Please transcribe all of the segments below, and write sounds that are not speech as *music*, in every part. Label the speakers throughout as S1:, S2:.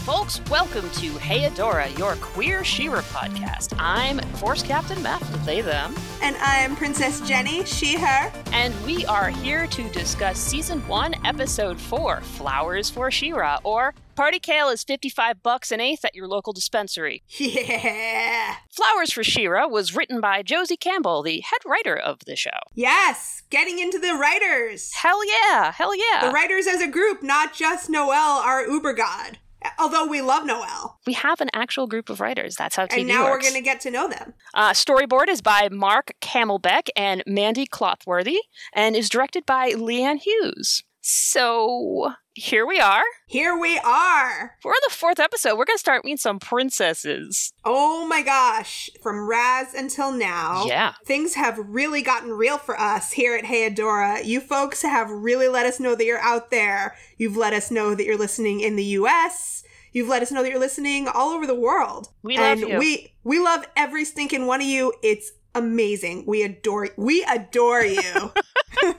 S1: folks. Welcome to Hey Adora, your queer Shira podcast. I'm Force Captain Math, they, them,
S2: And I'm Princess Jenny, she, her.
S1: and we are here to discuss Season 1, Episode 4, Flowers for Shira, or Party Kale is 55 bucks an eighth at your local dispensary.
S2: Yeah.
S1: Flowers for Shira was written by Josie Campbell, the head writer of the show.
S2: Yes, getting into the writers.
S1: Hell yeah, hell yeah.
S2: The writers as a group, not just Noel, our uber god. Although we love Noel.
S1: we have an actual group of writers. That's how TV
S2: And now we're
S1: works.
S2: going to get to know them.
S1: Uh, storyboard is by Mark Camelbeck and Mandy Clothworthy and is directed by Leanne Hughes. So here we are.
S2: Here we are.
S1: We're on the fourth episode. We're going to start meeting some princesses.
S2: Oh my gosh. From Raz until now.
S1: Yeah.
S2: Things have really gotten real for us here at Hey Adora. You folks have really let us know that you're out there. You've let us know that you're listening in the US. You've let us know that you're listening all over the world.
S1: We
S2: and
S1: love you.
S2: we we love every stinking one of you. It's amazing. We adore we adore
S1: *laughs*
S2: you. *laughs*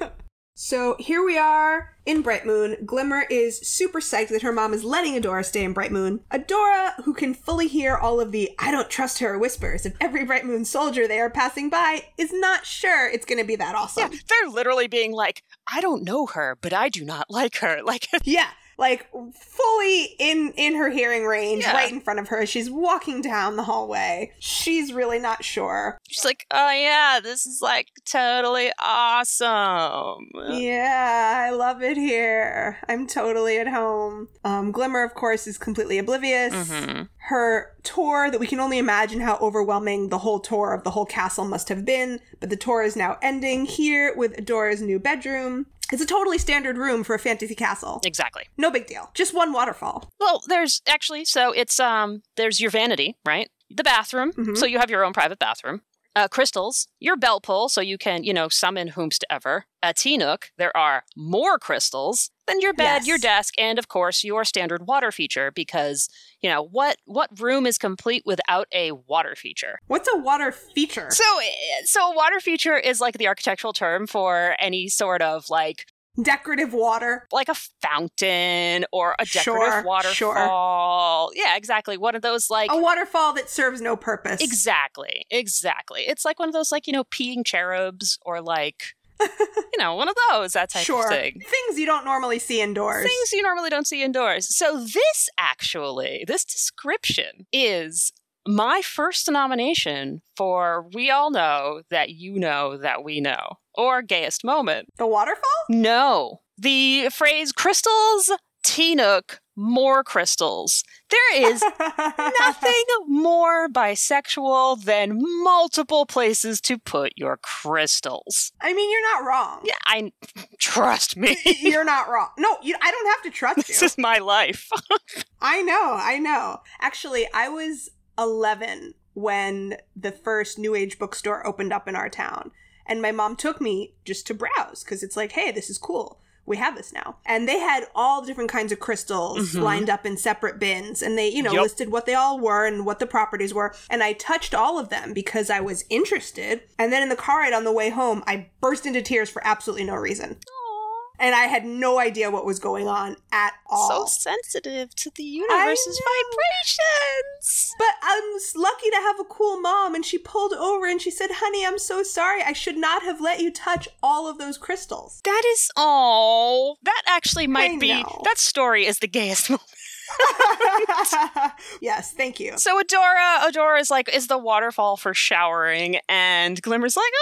S2: So here we are in Bright Moon. Glimmer is super psyched that her mom is letting Adora stay in Bright Moon. Adora, who can fully hear all of the I don't trust her whispers of every Bright Moon soldier they are passing by, is not sure it's going to be that
S1: yeah.
S2: awesome.
S1: They're literally being like, I don't know her, but I do not like her. *laughs* Like,
S2: Yeah. Like fully in in her hearing range,
S1: Yeah.
S2: right in front of her. as She's walking down the hallway. She's really not sure.
S1: she's like, oh yeah, this is like totally awesome. *laughs*
S2: Yeah, I love it here. I'm totally at home. Um, Glimmer, of course, is completely oblivious.
S1: Mhm.
S2: her tour that we can only imagine how overwhelming the whole tour of the whole castle must have been, but the tour is now ending here with Adora's new bedroom. It's a totally standard room for a fantasy castle.
S1: Exactly.
S2: No big deal. Just one waterfall.
S1: Well, there's actually so it's um there's your vanity, right? The bathroom,
S2: Mhm.
S1: so you have your own private bathroom. Uh, crystals, your bell pull, so you can you know summon whomsoever. A tea nook, there are more crystals. Then your bed,
S2: Yes.
S1: your desk, and of course your standard water feature, because you know what what room is complete without a water feature?
S2: What's a water feature?
S1: So eh, so a water feature is like the architectural term for any sort of like
S2: Decorative water.
S1: like a fountain or a decorative
S2: Sure, sure. Oh,
S1: waterfall. Yeah, exactly. One of those like
S2: A waterfall that serves no purpose.
S1: exactly, exactly. It's like one of those like you know peeing cherubs or like
S2: *laughs*
S1: you know one of those that type
S2: Sure.
S1: of thing.
S2: Things you don't normally see indoors.
S1: Things you normally don't see indoors. So this actually, this description is my first nomination for "We All Know That You Know That We Know" or "Gayest Moment."
S2: the waterfall?
S1: No. The phrase crystals, tea nook, more crystals. There
S2: *laughs*
S1: is nothing more bisexual than multiple places to put your crystals.
S2: I mean, you're not wrong.
S1: Yeah, I trust
S2: *laughs*
S1: me.
S2: You're not wrong. No, you, I don't have to trust you.
S1: *laughs* This is my life.
S2: I know, I know. Actually, I was 11 when the first New Age bookstore opened up in our town. And my mom took me just to browse because it's like, hey, this is cool. We have this now. And they had all different kinds of crystals
S1: Mhm.
S2: lined up in separate bins. And they, you know,
S1: Yep.
S2: listed what they all were and what the properties were. And I touched all of them because I was interested. And then in the car ride on the way home, I burst into tears for absolutely no reason.
S1: Aw,
S2: And I had no idea what was going on at
S1: So
S2: all.
S1: sensitive to the universe's vibrations.
S2: But I'm s- lucky to have a cool mom. And she pulled over and she said, Honey, I'm so sorry. I should not have let you touch all of those
S1: *laughs*
S2: crystals.
S1: That is all. That actually might
S2: I
S1: be.
S2: know.
S1: That story is the gayest *laughs* moment.
S2: yes, thank you.
S1: So Adora, Adora is like, is the waterfall for showering, and Glimmer's like,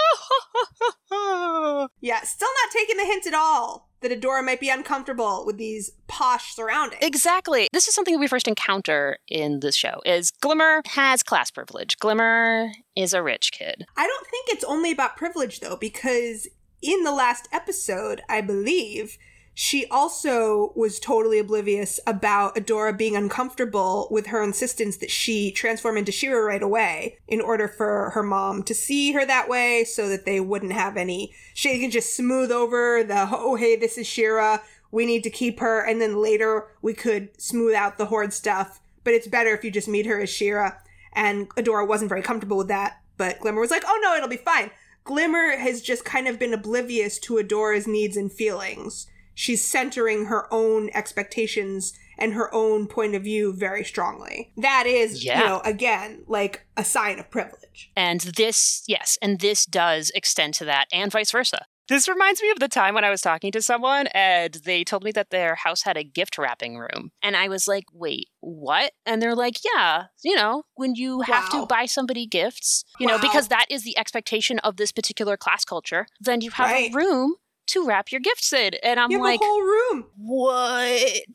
S1: oh, *laughs*
S2: Yeah, still not taking the hint at all that Adora might be uncomfortable with these posh surroundings.
S1: exactly. This is something we first encounter in this show. Is Glimmer has class privilege. Glimmer is a rich kid.
S2: I don't think it's only about privilege, though, because in the last episode, I believe. She also was totally oblivious about Adora being uncomfortable with her insistence that she transform into Shira right away in order for her mom to see her that way so that they wouldn't have any. She could just smooth over the, oh, hey, this is Shira. We need to keep her. And then later we could smooth out the Horde stuff. But it's better if you just meet her as Shira. And Adora wasn't very comfortable with that, but Glimmer was like, oh no, it'll be fine. Glimmer has just kind of been oblivious to Adora's needs and feelings. she's centering her own expectations and her own point of view very strongly. That is,
S1: Yeah.
S2: you know, again, like a sign of privilege.
S1: And this, yes, and this does extend to that and vice versa. This reminds me of the time when I was talking to someone and they told me that their house had a gift wrapping room. And I was like, wait, what? And they're like, yeah, you know, when you have
S2: Wow.
S1: to buy somebody gifts, you know,
S2: Wow.
S1: because that is the expectation of this particular class culture, then you have
S2: Right.
S1: a room to wrap your gifts in. And I'm
S2: you have
S1: like,
S2: a whole room.
S1: what?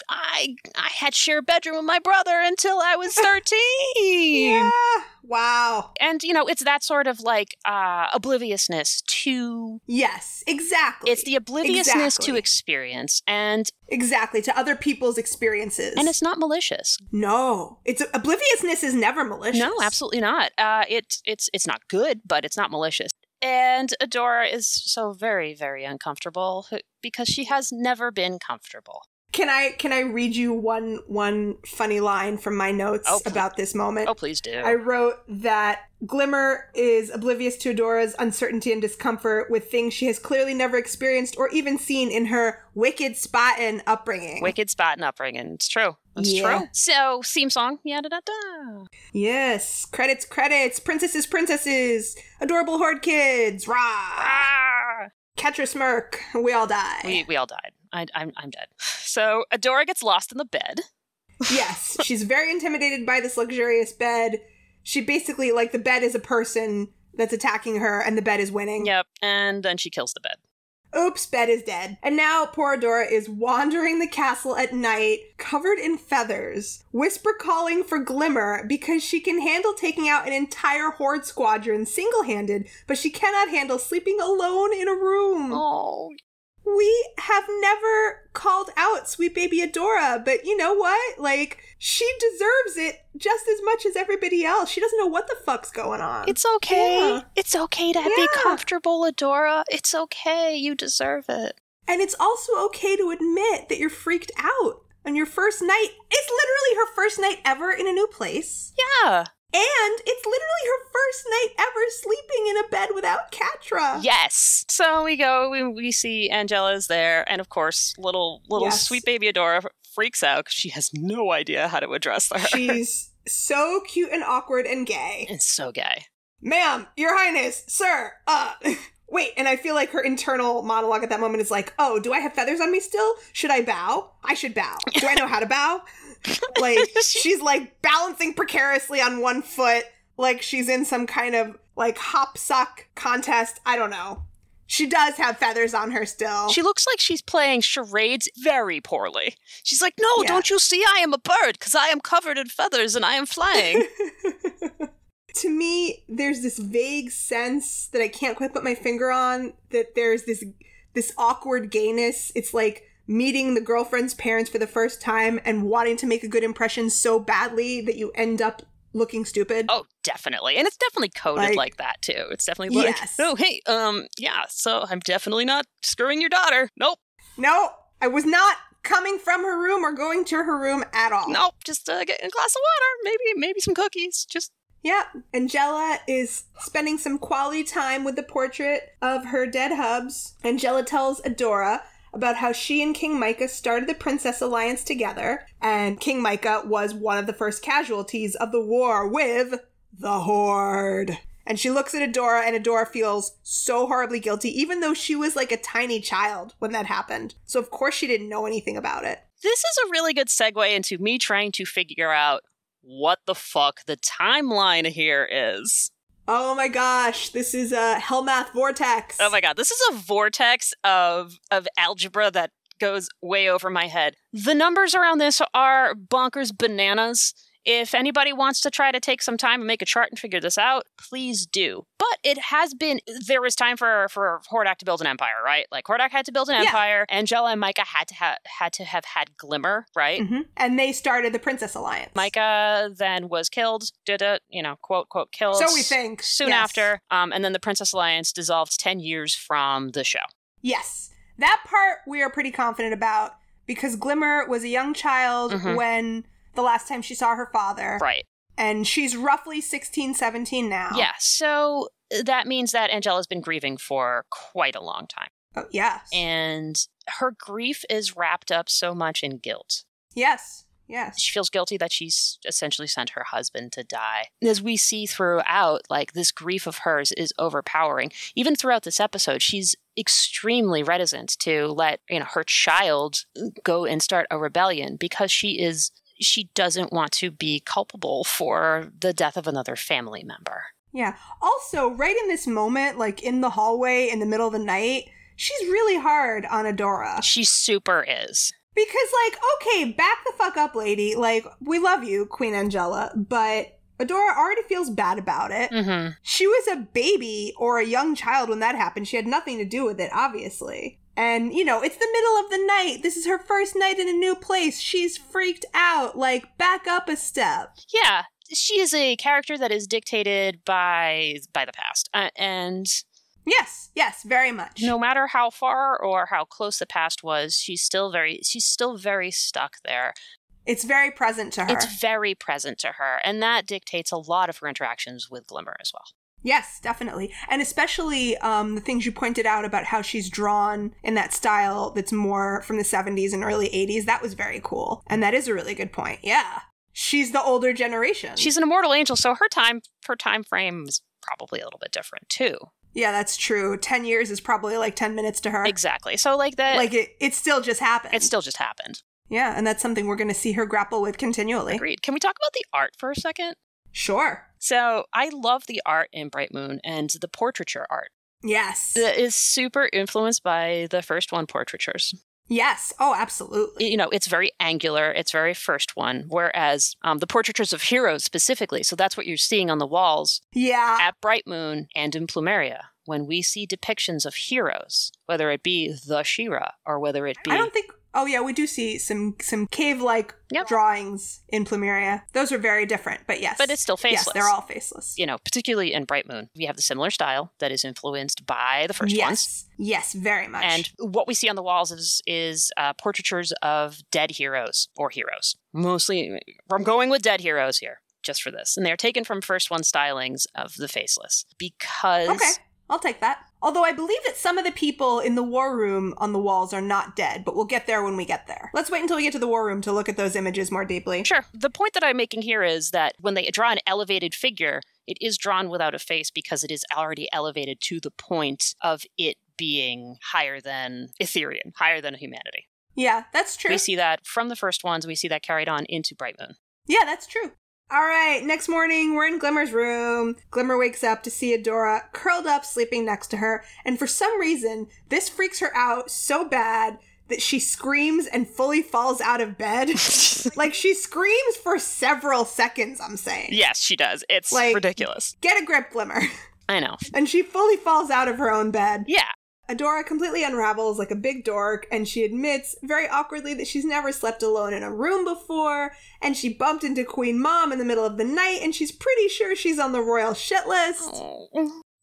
S1: I I had shared bedroom with my brother until I
S2: *laughs*
S1: was 13
S2: Yeah. Wow.
S1: and you know it's that sort of like uh obliviousness to
S2: Yes, exactly.
S1: it's the obliviousness to
S2: Exactly.
S1: experience and
S2: exactly to other people's experiences.
S1: and it's not malicious
S2: no, it's obliviousness is never malicious.
S1: no absolutely not uh it it's it's not good but it's not malicious and adora is so very very uncomfortable because she has never been comfortable
S2: Can I can I read you one one funny line from my notes
S1: Oh, please.
S2: about this moment?
S1: oh please do
S2: I wrote that Glimmer is oblivious to Adora's uncertainty and discomfort with things she has clearly never experienced or even seen in her wicked Spaten upbringing.
S1: wicked spot and upbringing it's true it's
S2: Yeah.
S1: true so theme song yeah da da da
S2: yes, credits, credits, princesses, princesses, adorable horde kids, rah,
S1: ah!
S2: catch a smirk, we all die.
S1: we, we all died I, I'm, I'm dead *sighs* so adora gets lost in the bed *laughs*
S2: yes, she's very intimidated by this luxurious bed. She basically like the bed is a person that's attacking her, and the bed is winning.
S1: Yep. And then she kills the bed.
S2: Oops, Bed is dead. And now poor Adora is wandering the castle at night, covered in feathers, whisper calling for Glimmer because she can handle taking out an entire horde squadron single handed, but she cannot handle sleeping alone in a room.
S1: Oh.
S2: We have never called out sweet baby Adora, but you know what? Like, she deserves it just as much as everybody else. She doesn't know what the fuck's going on.
S1: It's okay.
S2: Yeah.
S1: It's okay to be
S2: Yeah.
S1: comfortable, Adora. It's okay. You deserve it.
S2: And it's also okay to admit that you're freaked out on your first night. It's literally her first night ever in a new place.
S1: Yeah.
S2: And it's literally her first night ever sleeping in a bed without Katra.
S1: Yes. So we go, we, we see Angela's there, and of course, little little
S2: Yes.
S1: sweet baby Adora freaks out because she has no idea how to address her. *laughs*
S2: She's so cute and awkward and gay.
S1: it's so gay.
S2: Ma'am, your highness, sir, uh *laughs* wait, and I feel like her internal monologue at that moment is like, oh, do I have feathers on me still? Should I bow? I should bow. Do I know how to bow? Like she's like balancing precariously on one foot, like she's in some kind of like hop sock contest. I don't know. She does have feathers on her still.
S1: She looks like she's playing charades very poorly. She's like, No,
S2: Yeah.
S1: don't you see I am a bird because I am covered in feathers and I am flying.
S2: to me, there's this vague sense that I can't quite put my finger on that there's this this awkward gayness. It's like meeting the girlfriend's parents for the first time and wanting to make a good impression so badly that you end up looking stupid.
S1: Oh, definitely. And it's definitely coded like,
S2: Like-
S1: that too. It's definitely like,
S2: Yes.
S1: oh, hey, um, yeah, so I'm definitely not screwing your daughter. Nope,
S2: No, I was not coming from her room or going to her room at all.
S1: nope, just uh, getting a glass of water, maybe, maybe some cookies. Just
S2: Yep. Angela is spending some quality time with the portrait of her dead hubs. Angela tells Adora about how she and King Micah started the Princess Alliance together, and King Micah was one of the first casualties of the war with the Horde. And she looks at Adora, and Adora feels so horribly guilty, even though she was like a tiny child when that happened. So, of course, she didn't know anything about it.
S1: this is a really good segue into me trying to figure out what the fuck the timeline here is.
S2: Oh my gosh, this is a Hellmath vortex.
S1: Oh my god, this is a vortex of of algebra that goes way over my head. The numbers around this are bonkers bananas. If anybody wants to try to take some time and make a chart and figure this out, please do. But it has been there was time for for Hordak to build an empire, right? Like Hordak had to build an
S2: Yeah.
S1: empire. Angela and Micah had to ha- had to have had Glimmer, right?
S2: Mhm. And they started the Princess Alliance.
S1: Micah then was killed. Did it? You know, quote quote killed.
S2: So we think.
S1: soon
S2: Yes.
S1: after. Um, and then the Princess Alliance dissolved ten years from the show.
S2: Yes. That part we are pretty confident about because Glimmer was a young child
S1: Mhm.
S2: when the last time she saw her father.
S1: Right.
S2: And she's roughly 16, 17 now.
S1: Yeah. So uh, that means that Angela's been grieving for quite a long time.
S2: Oh, yes.
S1: And her grief is wrapped up so much in guilt.
S2: Yes. Yes.
S1: She feels guilty that she's essentially sent her husband to die. As we see throughout, like this grief of hers is overpowering. Even throughout this episode, she's extremely reticent to let, you know, her child go and start a rebellion because she is she doesn't want to be culpable for the death of another family member.
S2: Yeah. Also, right in this moment, like in the hallway in the middle of the night, she's really hard on Adora.
S1: She super is.
S2: Because, like, okay, back the fuck up, lady. Like, we love you, Queen Angela, but Adora already feels bad about it.
S1: Mm-hmm.
S2: She was a baby or a young child when that happened. She had nothing to do with it, obviously. And, you know, it's the middle of the night. This is her first night in a new place. She's freaked out. Like, back up a step.
S1: Yeah. She is a character that is dictated by by the past, uh, and
S2: Yes, yes, very much.
S1: no matter how far or how close the past was, she's still very she's still very stuck there.
S2: It's very present to her.
S1: It's very present to her, and that dictates a lot of her interactions with Glimmer as well.
S2: Yes, definitely. And especially um, the things you pointed out about how she's drawn in that style that's more from the 70s and early 80s. That was very cool. And that is a really good point. Yeah. She's the older generation.
S1: She's an immortal angel, so her time her time frame is probably a little bit different too.
S2: yeah, that's true. 10 years is probably like 10 minutes to her.
S1: Exactly. So like that,
S2: Like it, it still just happened.
S1: it uh, still just happened.
S2: yeah, and that's something we're going to see her grapple with continually.
S1: Agreed. Can we talk about the art for a second?
S2: Sure.
S1: So I love the art in Bright Moon and the portraiture art.
S2: Yes.
S1: It is super influenced by the first one portraitures.
S2: yes. Oh, absolutely.
S1: you know, it's very angular, it's very first one. Whereas um, the portraitures of heroes specifically, so that's what you're seeing on the walls
S2: yeah.
S1: at Bright Moon and in Plumeria. When we see depictions of heroes, whether it be the Shira or whether it be
S2: I don't think. Oh yeah, we do see some some cave like
S1: Yep.
S2: drawings in Plumeria. Those are very different, but yes,
S1: But it's still
S2: Yes,
S1: faceless.
S2: they're all faceless.
S1: you know, particularly in Bright Moon, we have the similar style that is influenced by the first ones.
S2: yes, yes, very much.
S1: And what we see on the walls is is uh, portraitures of dead heroes or heroes. Mostly, I'm going with dead heroes here just for this, and they're taken from first one stylings of the faceless because
S2: okay, I'll take that. Although I believe that some of the people in the war room on the walls are not dead, but we'll get there when we get there. Let's wait until we get to the war room to look at those images more deeply.
S1: sure. The point that I'm making here is that when they draw an elevated figure, it is drawn without a face because it is already elevated to the point of it being higher than Ethereum, higher than humanity.
S2: Yeah, that's true.
S1: We see that from the first ones. We see that carried on into Bright
S2: *laughs*
S1: Moon.
S2: Yeah, that's true. All right, next morning, we're in Glimmer's room. Glimmer wakes up to see Adora curled up sleeping next to her, and for some reason, this freaks her out so bad that she screams and fully falls out of bed. *laughs* like, she screams for several seconds, I'm saying.
S1: Yes, she does. It's
S2: Like-
S1: ridiculous.
S2: Get a grip, Glimmer. *laughs*
S1: I know.
S2: And she fully falls out of her own bed.
S1: Yeah,
S2: Adora completely unravels like a big dork, and she admits very awkwardly that she's never slept alone in a room before, and she bumped into Queen Mom in the middle of the night, and she's pretty sure she's on the royal shit list.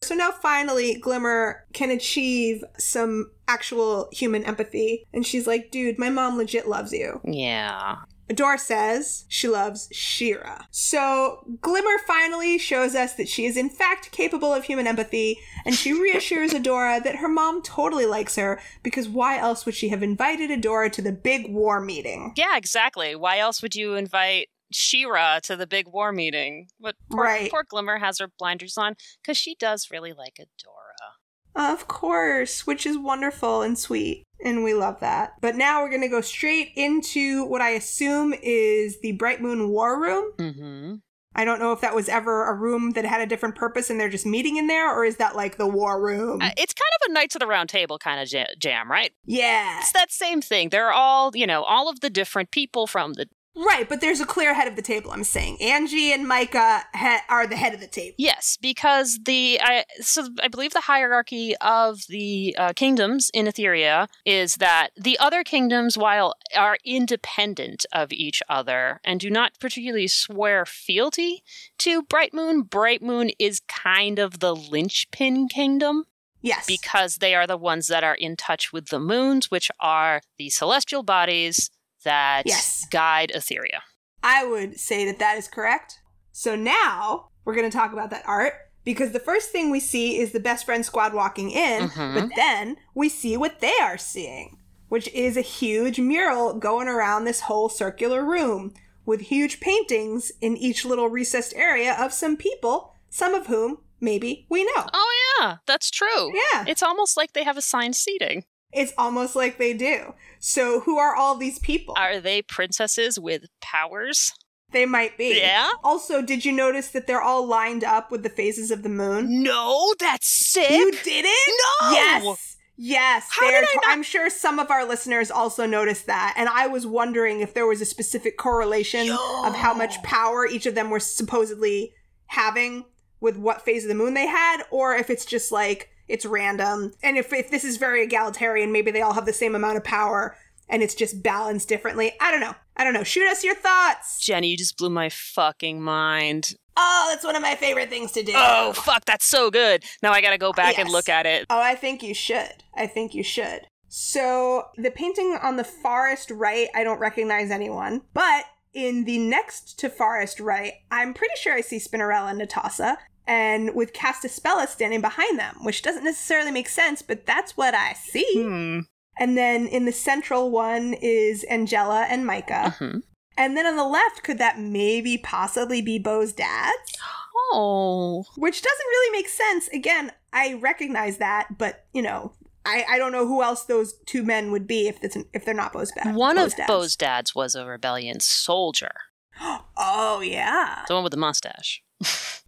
S2: So now finally, Glimmer can achieve some actual human empathy, and she's like, dude, my mom legit loves you.
S1: Yeah.
S2: Adora says she loves Shira. So Glimmer finally shows us that she is in fact capable of human empathy, and she reassures Adora that her mom totally likes her because why else would she have invited Adora to the big war meeting?
S1: Yeah, exactly. Why else would you invite Shira to the big war meeting? But poor,
S2: Right.
S1: poor Glimmer has her blinders on because she does really like Adora.
S2: Of course, which is wonderful and sweet. And we love that. But now we're going to go straight into what I assume is the Bright Moon War Room.
S1: Mm-hmm.
S2: I don't know if that was ever a room that had a different purpose and they're just meeting in there, or is that like the war room?
S1: Uh, it's kind of a Knights of the Round Table kind of ja- jam, right?
S2: yeah.
S1: It's that same thing. They're all, you know, all of the different people from the.
S2: Right, but there's a clear head of the table. I'm saying Angie and Micah ha- are the head of the table.
S1: Yes, because the I, so I believe the hierarchy of the uh, kingdoms in Etheria is that the other kingdoms, while are independent of each other and do not particularly swear fealty to Bright Moon, Bright Moon is kind of the linchpin kingdom
S2: Yes,
S1: because they are the ones that are in touch with the moons, which are the celestial bodies that
S2: Yes.
S1: guide Etheria.
S2: I would say that that is correct. So now we're going to talk about that art because the first thing we see is the best friend squad walking in,
S1: Mhm.
S2: but then we see what they are seeing. which is a huge mural going around this whole circular room with huge paintings in each little recessed area of some people, some of whom maybe we know.
S1: Oh, yeah, that's true.
S2: Yeah.
S1: It's almost like they have assigned seating.
S2: It's almost like they do. So, who are all these people?
S1: Are they princesses with powers?
S2: They might be.
S1: Yeah?
S2: Also, did you notice that they're all lined up with the phases of the moon?
S1: No, that's sick.
S2: You didn't?
S1: no.
S2: Yes. Yes.
S1: How
S2: they're
S1: did I
S2: t-
S1: not-
S2: I'm sure some of our listeners also noticed that. And I was wondering if there was a specific correlation
S1: Yo.
S2: of how much power each of them were supposedly having with what phase of the moon they had, or if it's just like it's random. And if, if this is very egalitarian, maybe they all have the same amount of power and it's just balanced differently. I don't know. I don't know. Shoot us your thoughts.
S1: Jenny, you just blew my fucking mind.
S2: Oh, that's one of my favorite things to do.
S1: Oh, fuck, that's so good. Now I gotta go back and
S2: Yes.
S1: look at it.
S2: Oh, I think you should. I think you should. So, the painting on the farthest right, I don't recognize anyone, but in the next to farthest right, I'm pretty sure I see Spinnerella and Natasa, and with Castaspella standing behind them, which doesn't necessarily make sense, but that's what I see.
S1: Hmm.
S2: And then in the central one is Angela and Micah.
S1: Mhm.
S2: And then on the left, could that maybe possibly be Bo's dad?
S1: Oh.
S2: which doesn't really make sense. Again, I recognize that, but you know, I, I don't know who else those two men would be if it's if they're not Bo's dad.
S1: One
S2: Bo's
S1: of
S2: dads.
S1: Bo's dads was a rebellion soldier,
S2: Oh yeah,
S1: the one with the mustache.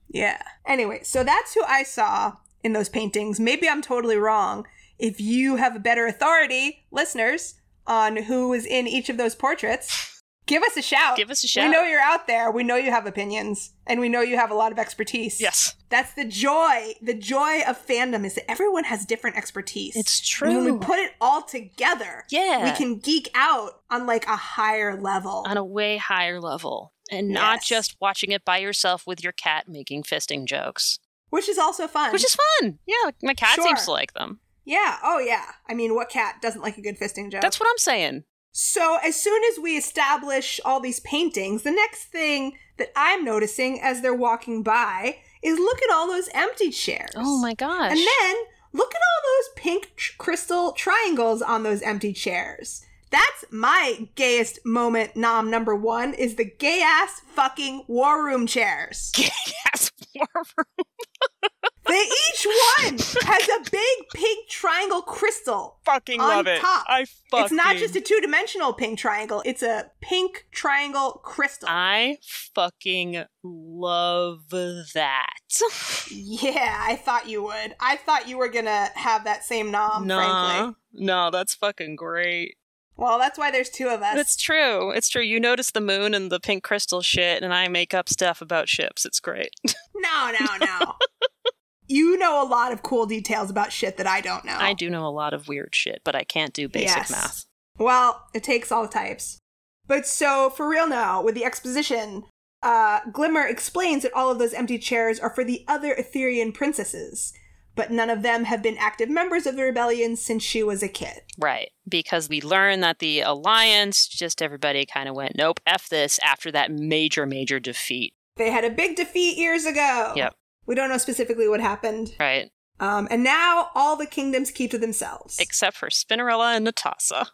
S2: yeah. Anyway, so that's who I saw in those paintings. Maybe I'm totally wrong. If you have a better authority, listeners, on who was in each of those portraits, give us a shout.
S1: Give us a shout.
S2: Uh, We know you're out there. We know you have opinions, and we know you have a lot of expertise.
S1: Yes.
S2: That's the joy. The joy of fandom is that everyone has different expertise.
S1: It's
S2: And When
S1: true.
S2: we put it all together,
S1: yeah.
S2: we can geek out on like a higher level.
S1: on a way higher level and not
S2: Yes.
S1: just watching it by yourself with your cat making fisting jokes,
S2: which is also fun.
S1: which is fun. Yeah, my cat
S2: Sure.
S1: seems to like them.
S2: Yeah, oh yeah. I mean, what cat doesn't like a good fisting joke?
S1: That's what I'm saying.
S2: so as soon as we establish all these paintings, the next thing that I'm noticing as they're walking by is look at all those empty chairs.
S1: Oh my gosh.
S2: And
S1: *laughs*
S2: then look at all those pink tr- crystal triangles on those empty chairs. That's my gayest moment, nom number one, is the gay ass fucking war room chairs.
S1: Yes, Warmer.
S2: They
S1: *laughs*
S2: each one has a big pink triangle crystal.
S1: fucking
S2: On love it. top. I
S1: fucking
S2: It's not just a two dimensional pink triangle, it's a pink triangle crystal.
S1: I fucking love that.
S2: yeah, I thought you would. I thought you were gonna have that same nom,
S1: nah.
S2: frankly.
S1: No, that's fucking great.
S2: Well, that's why there's two of us.
S1: It's true. It's true. You notice the moon and the pink crystal shit, and I make up stuff about ships. It's great.
S2: No, no,
S1: *laughs*
S2: no. you know a lot of cool details about shit that I don't know.
S1: I do know a lot of weird shit, but I can't do basic
S2: Yes.
S1: math.
S2: Well, it takes all types. But so, for real now, with the exposition, uh, Glimmer explains that all of those empty chairs are for the other Etherian princesses, but none of them have been active members of the rebellion since she was a kid.
S1: Right. Because we learned that the alliance, just everybody kind of went, nope, F this after that major, major defeat.
S2: They had a big defeat years ago.
S1: Yep.
S2: We don't know specifically what happened.
S1: Right.
S2: Um, and now all the kingdoms keep to themselves.
S1: Except for Spinnerella and Natasa.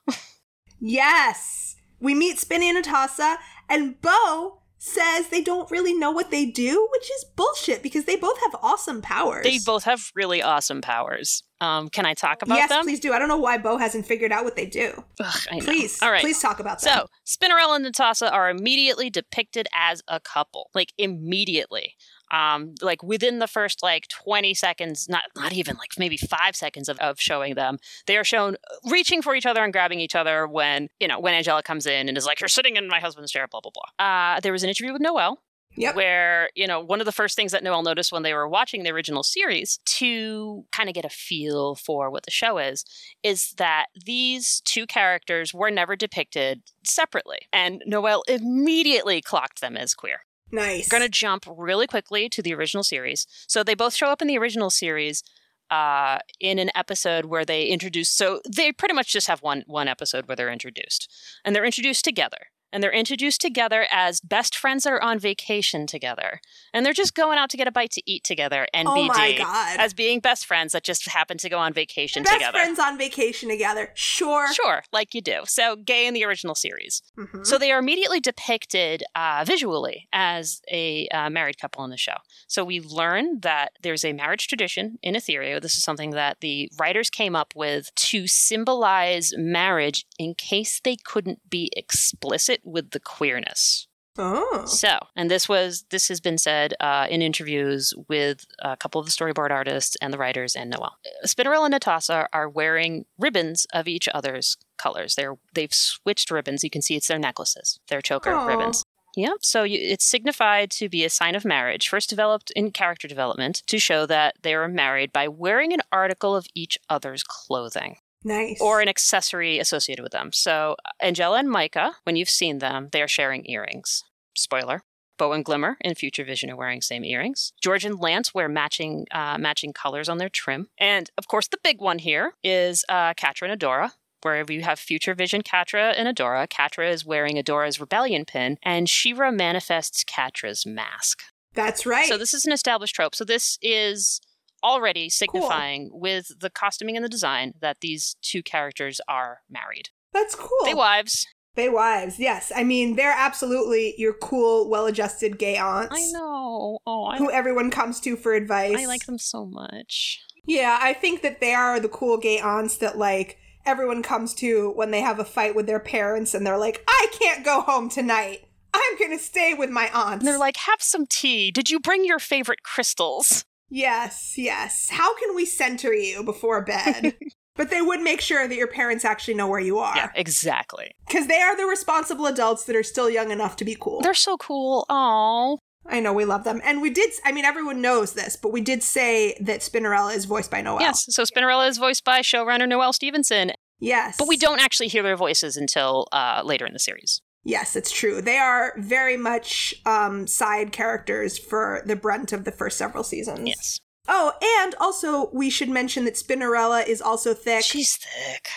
S2: Yes. We meet Spinny and Natasa, and Bo says they don't really know what they do, which is bullshit because they both have awesome powers.
S1: they both have really awesome powers. Um, can I talk about
S2: yes,
S1: them?
S2: please do. I don't know why Bo hasn't figured out what they do.
S1: Ugh, I know.
S2: Please,
S1: All right.
S2: please talk about them.
S1: So, Spinnerella and Natasa are immediately depicted as a couple, like immediately. Um, like within the first like 20 seconds, not not even like maybe five seconds of, of showing them, they are shown uh, reaching for each other and grabbing each other when, you know, when Angela comes in and is like, You're sitting in my husband's chair, blah, blah, blah. Uh, there was an interview with Noel
S2: yep.
S1: where you know one of the first things that noel noticed when they were watching the original series to kind of get a feel for what the show is is that these two characters were never depicted separately and noel immediately clocked them as queer
S2: nice.
S1: going to jump really quickly to the original series. So they both show up in the original series uh, in an episode where they introduce. So they pretty much just have one one episode where they're introduced, and they're introduced together. and they're introduced together as best friends that are on vacation together. And they're just going out to get a bite to eat together,
S2: Oh
S1: NBD,
S2: my god.
S1: as being best friends that just happen to go on vacation
S2: Best
S1: together.
S2: friends on vacation together. Sure.
S1: Sure, like you do. So, gay in the original series.
S2: Mhm.
S1: So they are immediately depicted uh, visually as a uh, married couple in the show. So we learn that there's a marriage tradition in Etherio. This is something that the writers came up with to symbolize marriage in case they couldn't be explicit with the queerness.
S2: oh.
S1: So, and this was this has been said uh, in interviews with a couple of the storyboard artists and the writers and Noel. Spinnerella and Natasa are wearing ribbons of each other's colors. They're they've switched ribbons. You can see it's their necklaces, their choker
S2: Aw.
S1: ribbons. Yep. So you, it's signified to be a sign of marriage, first developed in character development to show that they are married by wearing an article of each other's clothing
S2: Nice.
S1: or an accessory associated with them. So, uh, Angela and Micah, when you've seen them, they are sharing earrings. Spoiler. Bo and Glimmer in Future Vision are wearing same earrings. George and Lance wear matching uh, matching colors on their trim. And of course, the big one here is uh, Catra and Adora. Wherever you have Future Vision, Catra and Adora, Catra is wearing Adora's rebellion pin, and Shira manifests Catra's mask.
S2: That's right.
S1: So this is an established trope. So this is already signifying with the costuming and the design that these two characters are married.
S2: That's cool.
S1: They wives.
S2: They wives, yes. I mean, they're absolutely your cool, well adjusted gay aunts.
S1: I know. Oh, I,
S2: Who everyone comes to for advice.
S1: I like them so much.
S2: Yeah, I think that they are the cool gay aunts that, like, everyone comes to when they have a fight with their parents and they're like, I can't go home tonight. I'm going to stay with my aunts.
S1: And they're like, "Have some tea. Did you bring your favorite crystals?"
S2: yes, yes. How can we center you before
S1: *laughs*
S2: bed? but they would make sure that your parents actually know where you
S1: Yeah,
S2: are.
S1: exactly.
S2: Because they are the responsible adults that are still young enough to be cool.
S1: They're so cool. Oh,
S2: I know we love them. And we did, I mean, everyone knows this, but we did say that Spinnerella is voiced by Noel.
S1: yes. So Spinnerella is voiced by showrunner Noelle Stevenson,
S2: Yes.
S1: but we don't actually hear their voices until uh, later in the series.
S2: Yes, it's true. They are very much um, side characters for the brunt of the first several seasons.
S1: Yes,
S2: Oh, and also, we should mention that Spinnerella is also thick.
S1: she's thick.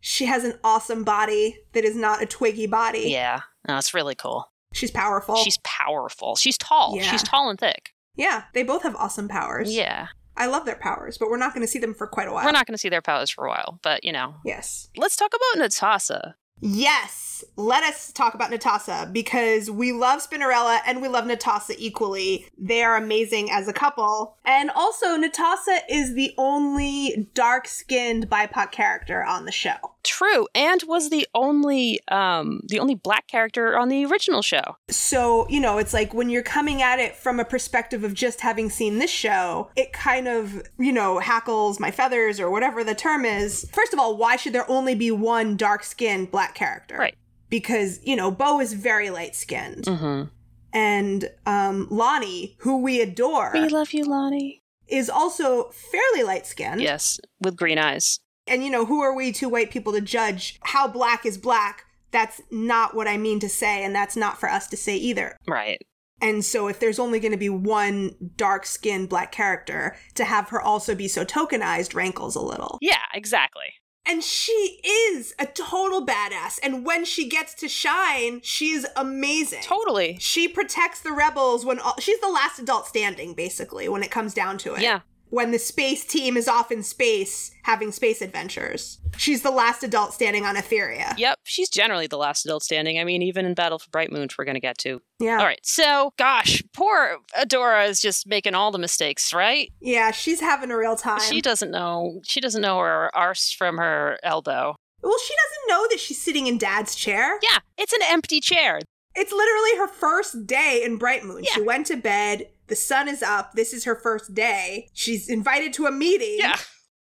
S2: she has an awesome body that is not a twiggy body.
S1: Yeah, no, it's really cool.
S2: She's powerful.
S1: She's powerful. She's tall.
S2: Oh. Yeah.
S1: She's tall and thick.
S2: yeah, they both have awesome powers.
S1: Yeah.
S2: I love their powers, but we're not going to see them for quite a while.
S1: We're not going to see their powers for a while, but you know.
S2: Yes.
S1: Let's talk about Natasa.
S2: Yes, let us talk about Natasa because we love Spinnerella and we love Natasa equally. They are amazing as a couple. And also, Natasa is the only dark skinned BIPOC character on the show.
S1: True, and was the only um the only black character on the original show.
S2: So, you know, it's like when you're coming at it from a perspective of just having seen this show, it kind of, you know, hackles my feathers or whatever the term is. First of all, why should there only be one dark skinned black character?
S1: Right.
S2: Because, you know, Bo is very light skinned.
S1: Mm-hmm.
S2: and um, Lonnie, who we adore,
S1: We love you, Lonnie.
S2: is also fairly light skinned.
S1: Yes, with green eyes.
S2: And, you know, who are we two white people to judge how black is black? That's not what I mean to say, and that's not for us to say either.
S1: Right.
S2: And so, if there's only going to be one dark skinned black character, to have her also be so tokenized rankles a little.
S1: Yeah, exactly.
S2: And she is a total badass. And when she gets to shine, she's amazing.
S1: Totally.
S2: She protects the rebels when all, she's the last adult standing, basically, when it comes down to it.
S1: Yeah.
S2: When the space team is off in space having space adventures, she's the last adult standing on Etheria.
S1: Yep, she's generally the last adult standing. I mean, even in Battle for Bright Moon, which we're going to get to.
S2: Yeah.
S1: All right, so gosh, poor Adora is just making all the mistakes, right?
S2: Yeah, she's having a real time.
S1: She doesn't know. She doesn't know her arse from her elbow.
S2: well, she doesn't know that she's sitting in dad's chair.
S1: Yeah, it's an empty chair.
S2: It's literally her first day in Bright Moon.
S1: Yeah.
S2: She went to bed. The sun is up. This is her first day. She's invited to a meeting.
S1: Yeah.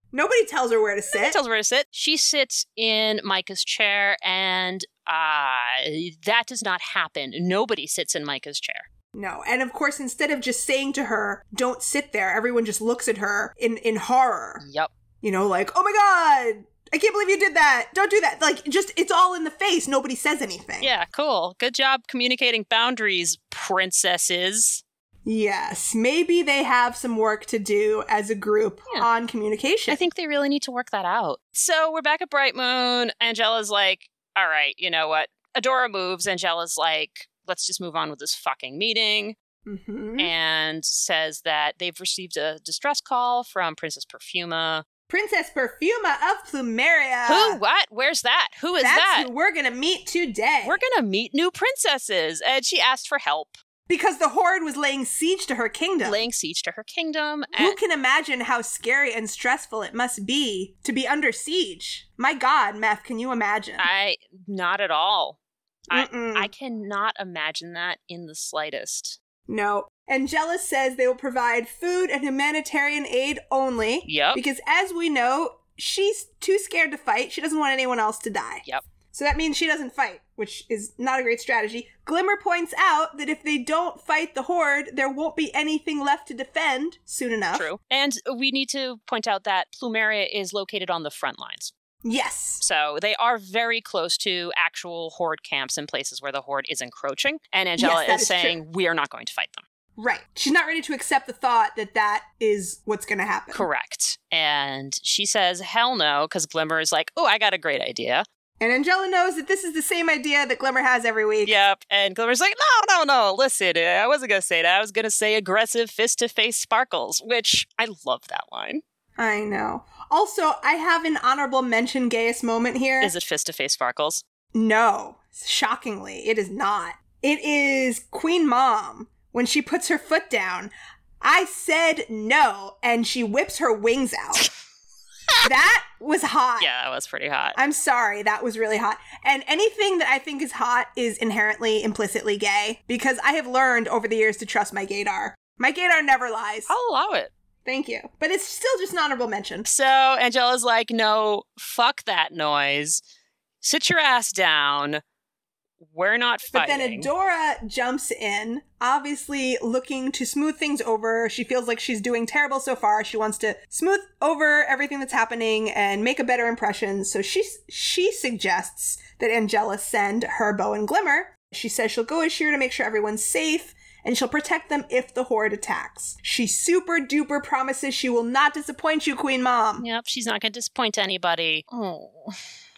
S2: Nobody tells her where to
S1: Nobody
S2: sit.
S1: tells her where to sit. She sits in Micah's chair, and uh, that does not happen. Nobody sits in Micah's chair.
S2: No. And of course, instead of just saying to her, don't sit there, everyone just looks at her in, in horror.
S1: Yep.
S2: You know, like, oh my God, I can't believe you did that. Don't do that. Like, just, it's all in the face. Nobody says anything.
S1: Yeah, cool. Good job communicating boundaries, princesses.
S2: Yes. Maybe they have some work to do as a group
S1: Yeah.
S2: on communication.
S1: I think they really need to work that out. So we're back at Bright Moon. Angela's like, all right, you know what? Adora moves. Angela's like, let's just move on with this fucking meeting.
S2: Mm-hmm.
S1: And says that they've received a distress call from Princess Perfuma.
S2: Princess Perfuma of Plumeria.
S1: who? What? Where's that? Who is
S2: That's
S1: that?
S2: who we're gonna meet today.
S1: We're going to meet new princesses. And she asked for help,
S2: because the Horde was laying siege to her kingdom.
S1: laying siege to her kingdom.
S2: Who
S1: And
S2: can imagine how scary and stressful it must be to be under siege? My God, Meth, can you imagine?
S1: I, not at all.
S2: Mm-mm.
S1: I cannot imagine that in the slightest.
S2: no. Angela says they will provide food and humanitarian aid only.
S1: Yep.
S2: Because as we know, she's too scared to fight. She doesn't want anyone else to die.
S1: Yep.
S2: So that means she doesn't fight, which is not a great strategy. Glimmer points out that if they don't fight the Horde, there won't be anything left to defend soon enough.
S1: True. And we need to point out that Plumeria is located on the front lines.
S2: Yes.
S1: So they are very close to actual horde camps and places where the horde is encroaching. And Angela
S2: Yes, that
S1: is,
S2: is
S1: saying, we are not going to fight them.
S2: Right. She's not ready to accept the thought that that is what's going to happen.
S1: Correct. And she says, hell no, because Glimmer is like, oh, I got a great idea.
S2: And Angela knows that this is the same idea that Glimmer has every week.
S1: Yep. And Glimmer's like, no, no, no, listen, I wasn't going to say that. I was going to say aggressive fist to face sparkles, which I love that line.
S2: I know. Also, I have an honorable mention gayest moment here.
S1: Is it fist to face sparkles?
S2: No, shockingly, it is not. It is Queen Mom when she puts her foot down. I said no, and she whips her wings
S1: *laughs*
S2: out. that was hot.
S1: Yeah, that was pretty hot.
S2: I'm sorry, that was really hot. And anything that I think is hot is inherently implicitly gay because I have learned over the years to trust my gaydar. My gaydar never lies.
S1: I'll allow it.
S2: Thank you. But it's still just an honorable mention.
S1: So Angela's like, no, fuck that noise. Sit your ass down. We're not
S2: But
S1: fighting.
S2: then Adora jumps in, obviously looking to smooth things over. She feels like she's doing terrible so far. She wants to smooth over everything that's happening and make a better impression. So she she suggests that Angela send her bow and glimmer. She says she'll go Ashir to make sure everyone's safe. And she'll protect them if the horde attacks. She super duper promises she will not disappoint you, Queen Mom.
S1: yep, she's not going to disappoint anybody. Oh.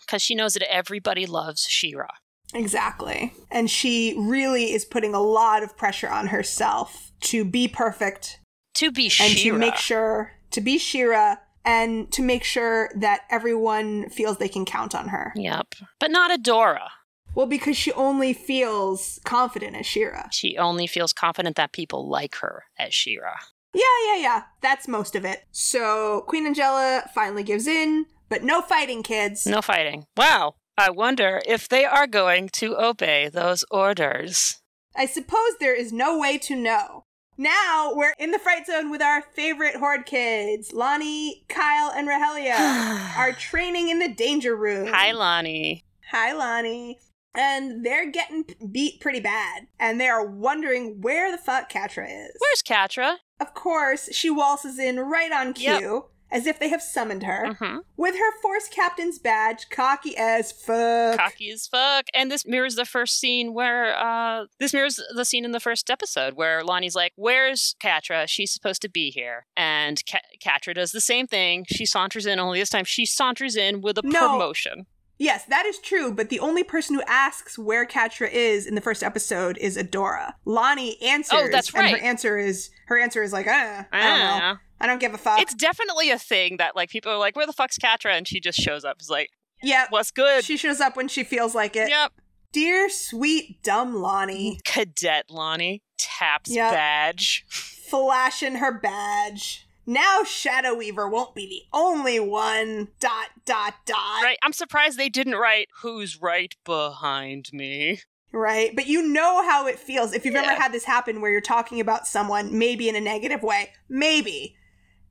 S1: Because she knows that everybody loves Shira.
S2: Exactly. And she really is putting a lot of pressure on herself to be perfect
S1: To be
S2: and
S1: Shira.
S2: to make sure to be Shira and to make sure that everyone feels they can count on her.
S1: Yep. But not Adora.
S2: Well, because she only feels confident as Shira.
S1: She only feels confident that people like her as Shira.
S2: Yeah, yeah, yeah. That's most of it. So Queen Angela finally gives in, but no fighting, kids.
S1: No fighting. Wow. I wonder if they are going to obey those orders.
S2: I suppose there is no way to know. Now we're in the fright zone with our favorite horde kids, Lonnie, Kyle, and
S1: *sighs*
S2: Rahelia. are training in the danger room.
S1: Hi, Lonnie.
S2: Hi, Lonnie. And they're getting p- beat pretty bad. And they are wondering where the fuck Katra is.
S1: Where's Katra?
S2: Of course, she waltzes in right on cue, as if they have summoned her,
S1: Mm-hmm.
S2: with her force captain's badge, cocky as fuck.
S1: cocky as fuck. And this mirrors the first scene where uh this mirrors the scene in the first episode where Lonnie's like, "Where's Katra? She's supposed to be here." And Ka- Katra does the same thing. She saunters in only this time she saunters in with a
S2: No.
S1: promotion.
S2: Yes, that is true, but the only person who asks where Katra is in the first episode is Adora. Lonnie answers,
S1: Oh, that's
S2: and
S1: right.
S2: her answer is her answer is like, uh, I don't know. Uh,
S1: Ah.
S2: I don't give a fuck.
S1: It's definitely a thing that like people are like, "Where the fuck's Katra?" and she just shows up. It's like,
S2: yeah,
S1: "What's good?"
S2: she shows up when she feels like it.
S1: yep.
S2: Dear sweet dumb Lonnie,
S1: Cadet Lonnie taps
S2: Yep.
S1: badge.
S2: flashing her badge. Now Shadow Weaver won't be the only one. Dot dot dot.
S1: Right. I'm surprised they didn't write who's right behind me.
S2: Right? But you know how it feels if you've
S1: Yeah.
S2: ever had this happen where you're talking about someone, maybe in a negative way, maybe.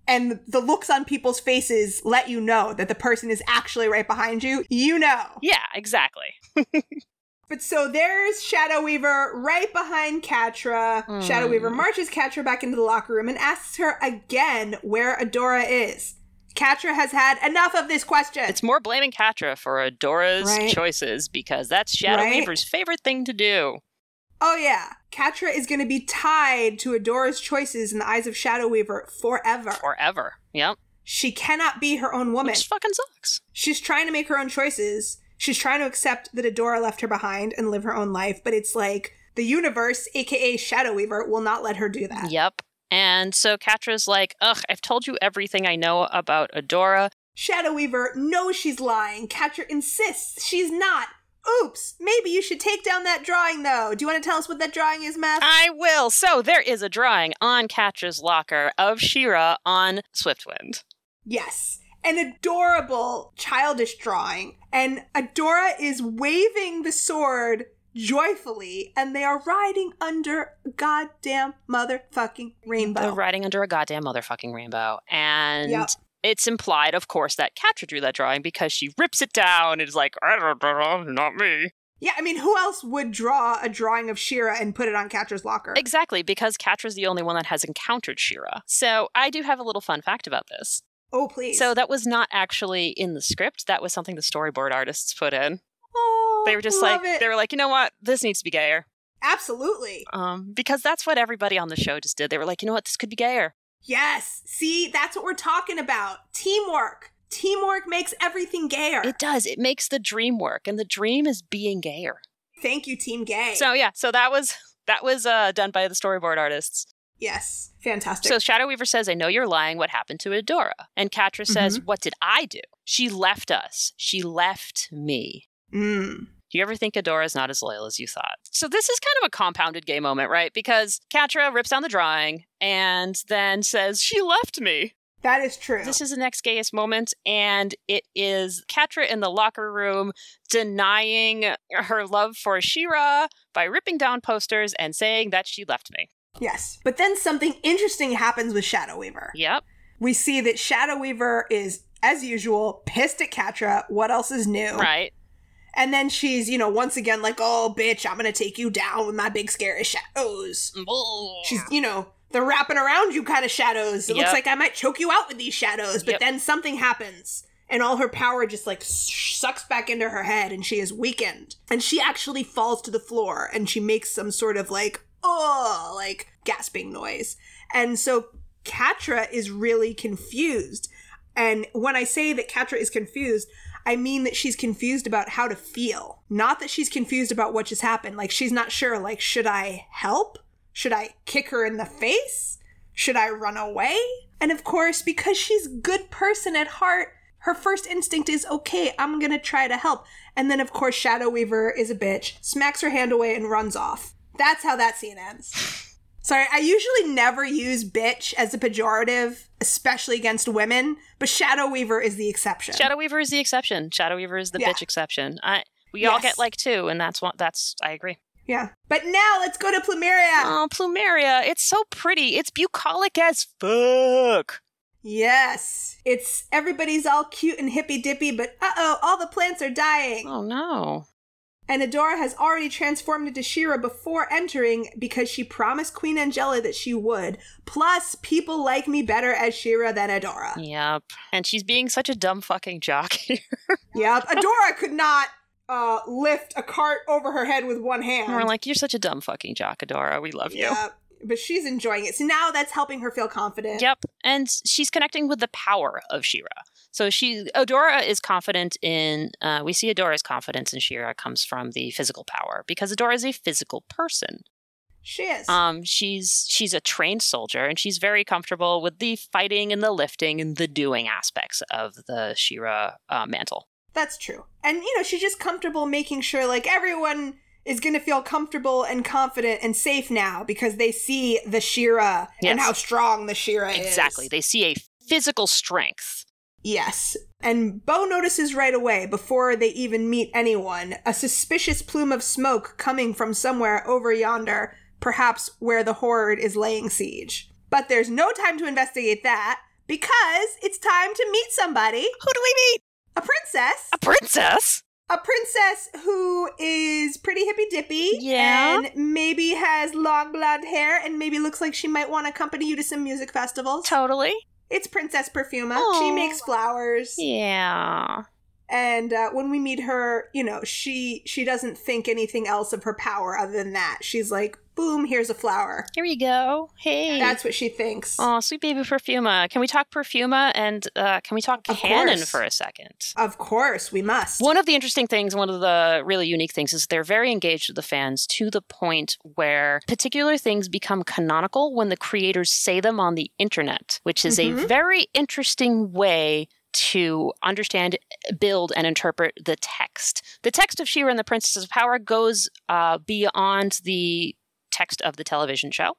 S2: And the looks on people's faces let you know that the person is actually right behind you. You know.
S1: Yeah, exactly.
S2: But so there's Shadow Weaver right behind Katra. Shadow Weaver marches Katra back into the locker room and asks her again where Adora is. Katra has had enough of this question.
S1: It's more blaming Katra for Adora's
S2: Right.
S1: choices because that's Shadow
S2: Right.
S1: Weaver's favorite thing to do.
S2: oh yeah, Katra is going to be tied to Adora's choices in the eyes of Shadow Weaver forever.
S1: Forever. Yep.
S2: She cannot be her own woman.
S1: Which fucking sucks.
S2: She's trying to make her own choices. She's trying to accept that Adora left her behind and live her own life, but it's like the universe, aka Shadow Weaver, will not let her do that.
S1: Yep. And so Katra's like, ugh, I've told you everything I know about Adora.
S2: Shadow Weaver knows she's lying. Catcher insists she's not. Oops, maybe you should take down that drawing though. Do you want to tell us what that drawing is, Matt?
S1: I will. So there is a drawing on Katra's locker of Shira on Swiftwind.
S2: yes. An adorable, childish drawing. And Adora is waving the sword joyfully, and they are riding under a goddamn motherfucking rainbow.
S1: They're riding under a goddamn motherfucking rainbow. And
S2: Yep.
S1: it's implied, of course, that Katra drew that drawing because she rips it down and is like, I don't know, not me.
S2: Yeah, I mean, who else would draw a drawing of Shira and put it on Catcher's locker?
S1: Exactly, because Katra's the only one that has encountered Shira. So I do have a little fun fact about this.
S2: oh, please.
S1: So that was not actually in the script. That was something the storyboard artists put in.
S2: oh,
S1: They were just
S2: love
S1: like,
S2: it.
S1: they were like, you know what? This needs to be gayer.
S2: absolutely.
S1: um, because that's what everybody on the show just did. They were like, you know what, this could be gayer.
S2: Yes. See, that's what we're talking about. Teamwork. Teamwork makes everything gayer.
S1: It does. It makes the dream work, and the dream is being gayer.
S2: Thank you, Team Gay.
S1: So yeah, so that was *laughs* that was uh, done by the storyboard artists.
S2: yes, fantastic.
S1: So Shadow Weaver says, "I know you're lying. What happened to Adora?" And Katra says, "What did I do? She left us. She left me."
S2: mm.
S1: Do you ever think Adora's not as loyal as you thought? So this is kind of a compounded gay moment, right? Because Katra rips down the drawing and then says, "She left me."
S2: That is true.
S1: This is the next gayest moment, and it is Katra in the locker room denying her love for Shira by ripping down posters and saying that she left me.
S2: yes. But then something interesting happens with Shadow Weaver.
S1: Yep.
S2: We see that Shadow Weaver is, as usual, pissed at Katra. What else is new?
S1: Right.
S2: And then she's, you know, once again like, oh, bitch, I'm going to take you down with my big scary
S1: Mm.
S2: shadows. She's, you know, they're wrapping around you kind of shadows. It looks
S1: Yep.
S2: like I might choke you out with these shadows, but
S1: Yep.
S2: then something happens and all her power just like sucks back into her head and she is weakened. And she actually falls to the floor and she makes some sort of like, oh, like gasping noise. And so Katra is really confused. And when I say that Katra is confused, I mean that she's confused about how to feel. Not that she's confused about what just happened. Like, she's not sure, like, should I help? Should I kick her in the face? Should I run away? And of course, because she's a good person at heart, her first instinct is, okay, I'm gonna try to help. And then, of course, Shadow Weaver is a bitch, smacks her hand away, and runs off. That's how that scene ends. Sorry, I usually never use bitch as a pejorative, especially against women, but Shadow Weaver is the exception.
S1: Shadow Weaver is the exception. Shadow Weaver is the
S2: Yeah.
S1: bitch exception. I we all
S2: Yes.
S1: get like two, and that's one. That's I agree.
S2: yeah. But now let's go to Plumeria.
S1: Oh, Plumeria, it's so pretty. It's bucolic as fuck.
S2: Yes. It's everybody's all cute and hippy dippy, but uh oh, all the plants are dying.
S1: Oh no.
S2: And Adora has already transformed into Shira before entering because she promised Queen Angela that she would. Plus, people like me better as Shira than Adora.
S1: Yep. And she's being such a dumb fucking jock *laughs* here. *laughs*
S2: Yep. Adora could not uh, lift a cart over her head with one hand.
S1: And we're like, you're such a dumb fucking jock, Adora. We love you.
S2: Yep. But she's enjoying it. So now that's helping her feel confident.
S1: Yep. And she's connecting with the power of Shira. So she Adora is confident in uh, we see Adora's confidence in Shira comes from the physical power because Adora is a physical person.
S2: She is.
S1: Um she's she's a trained soldier and she's very comfortable with the fighting and the lifting and the doing aspects of the Shira uh, mantle.
S2: That's true. And, you know, she's just comfortable making sure, like, everyone is going to feel comfortable and confident and safe now because they see the Shira and
S1: Yes.
S2: how strong the Shira is.
S1: Exactly. They see a physical strength.
S2: Yes. And Bo notices right away, before they even meet anyone, a suspicious plume of smoke coming from somewhere over yonder, perhaps where the horde is laying siege. But there's no time to investigate that because it's time to meet somebody,
S1: Who do we meet?
S2: a princess.
S1: A princess?
S2: a princess who is pretty hippy dippy
S1: Yeah.
S2: and maybe has long blonde hair and maybe looks like she might want to accompany you to some music festivals.
S1: Totally.
S2: It's Princess Perfuma. She
S1: Aw.
S2: makes flowers.
S1: Yeah.
S2: And uh, when we meet her, you know, she she doesn't think anything else of her power other than that. She's like, boom, here's a flower.
S1: Here you go. Hey.
S2: That's what she thinks.
S1: Oh, sweet baby Perfuma. Can we talk Perfuma and uh, can we talk
S2: Of
S1: canon
S2: course.
S1: for a second?
S2: Of course, we must.
S1: One of the interesting things, one of the really unique things, is they're very engaged with the fans to the point where particular things become canonical when the creators say them on the internet, which is a
S2: Mhm.
S1: very interesting way to understand, build, and interpret the text. The text of She-Ra and the Princesses of Power goes uh, beyond the text of the television show.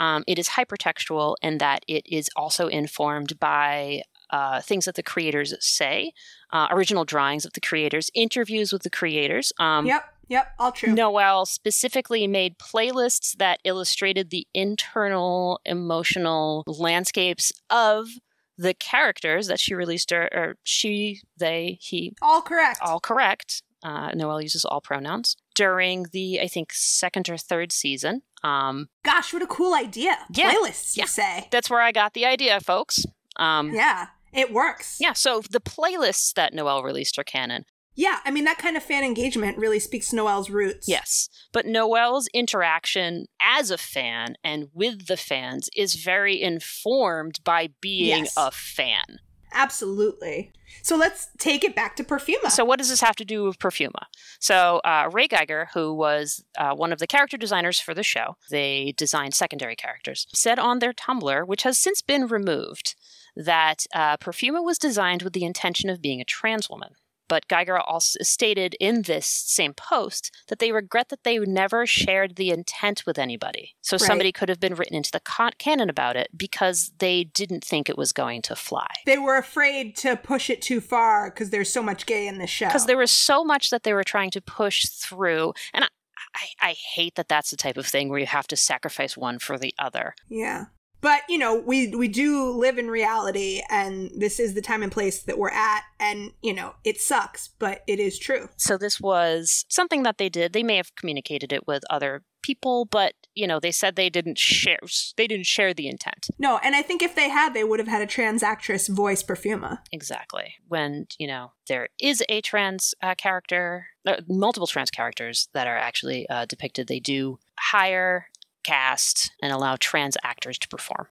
S1: Um, it is hypertextual in that it is also informed by uh, things that the creators say, uh, original drawings of the creators, interviews with the creators. Um,
S2: yep, yep, all true.
S1: Noel specifically made playlists that illustrated the internal emotional landscapes of the characters that she released, or, or she, they, he,
S2: All correct.
S1: all correct. Uh, Noel uses all pronouns during the, I think, second or third season. Um,
S2: Gosh, what a cool idea.
S1: Yeah,
S2: Playlists,
S1: yeah.
S2: you say.
S1: that's where I got the idea, folks. Um, yeah.
S2: Yeah, it works.
S1: so the playlists that Noel released are canon.
S2: Yeah, I mean, that kind of fan engagement really speaks Noelle's roots.
S1: Yes. But Noel's interaction as a fan and with the fans is very informed by being
S2: Yes.
S1: a fan.
S2: Absolutely. So let's take it back to Perfuma.
S1: So, what does this have to do with Perfuma? So, uh, Ray Geiger, who was uh, one of the character designers for the show, they designed secondary characters, said on their Tumblr, which has since been removed, that uh, Perfuma was designed with the intention of being a trans woman. But Geiger also stated in this same post that they regret that they never shared the intent with anybody. So
S2: Right.
S1: somebody could have been written into the con- canon about it because they didn't think it was going to fly.
S2: they were afraid to push it too far because there's so much gay in the show.
S1: because there was so much that they were trying to push through and I, I, I hate that that's the type of thing where you have to sacrifice one for the other
S2: Yeah. But, you know, we we do live in reality and this is the time and place that we're at and, you know, it sucks, but it is true.
S1: so this was something that they did they may have communicated it with other people but you know they said they didn't share they didn't share the intent
S2: No, and I think if they had, they would have had a trans actress voice Perfuma.
S1: exactly when you know there is a trans uh, character uh, multiple trans characters that are actually uh, depicted they do hire cast and allow trans actors to perform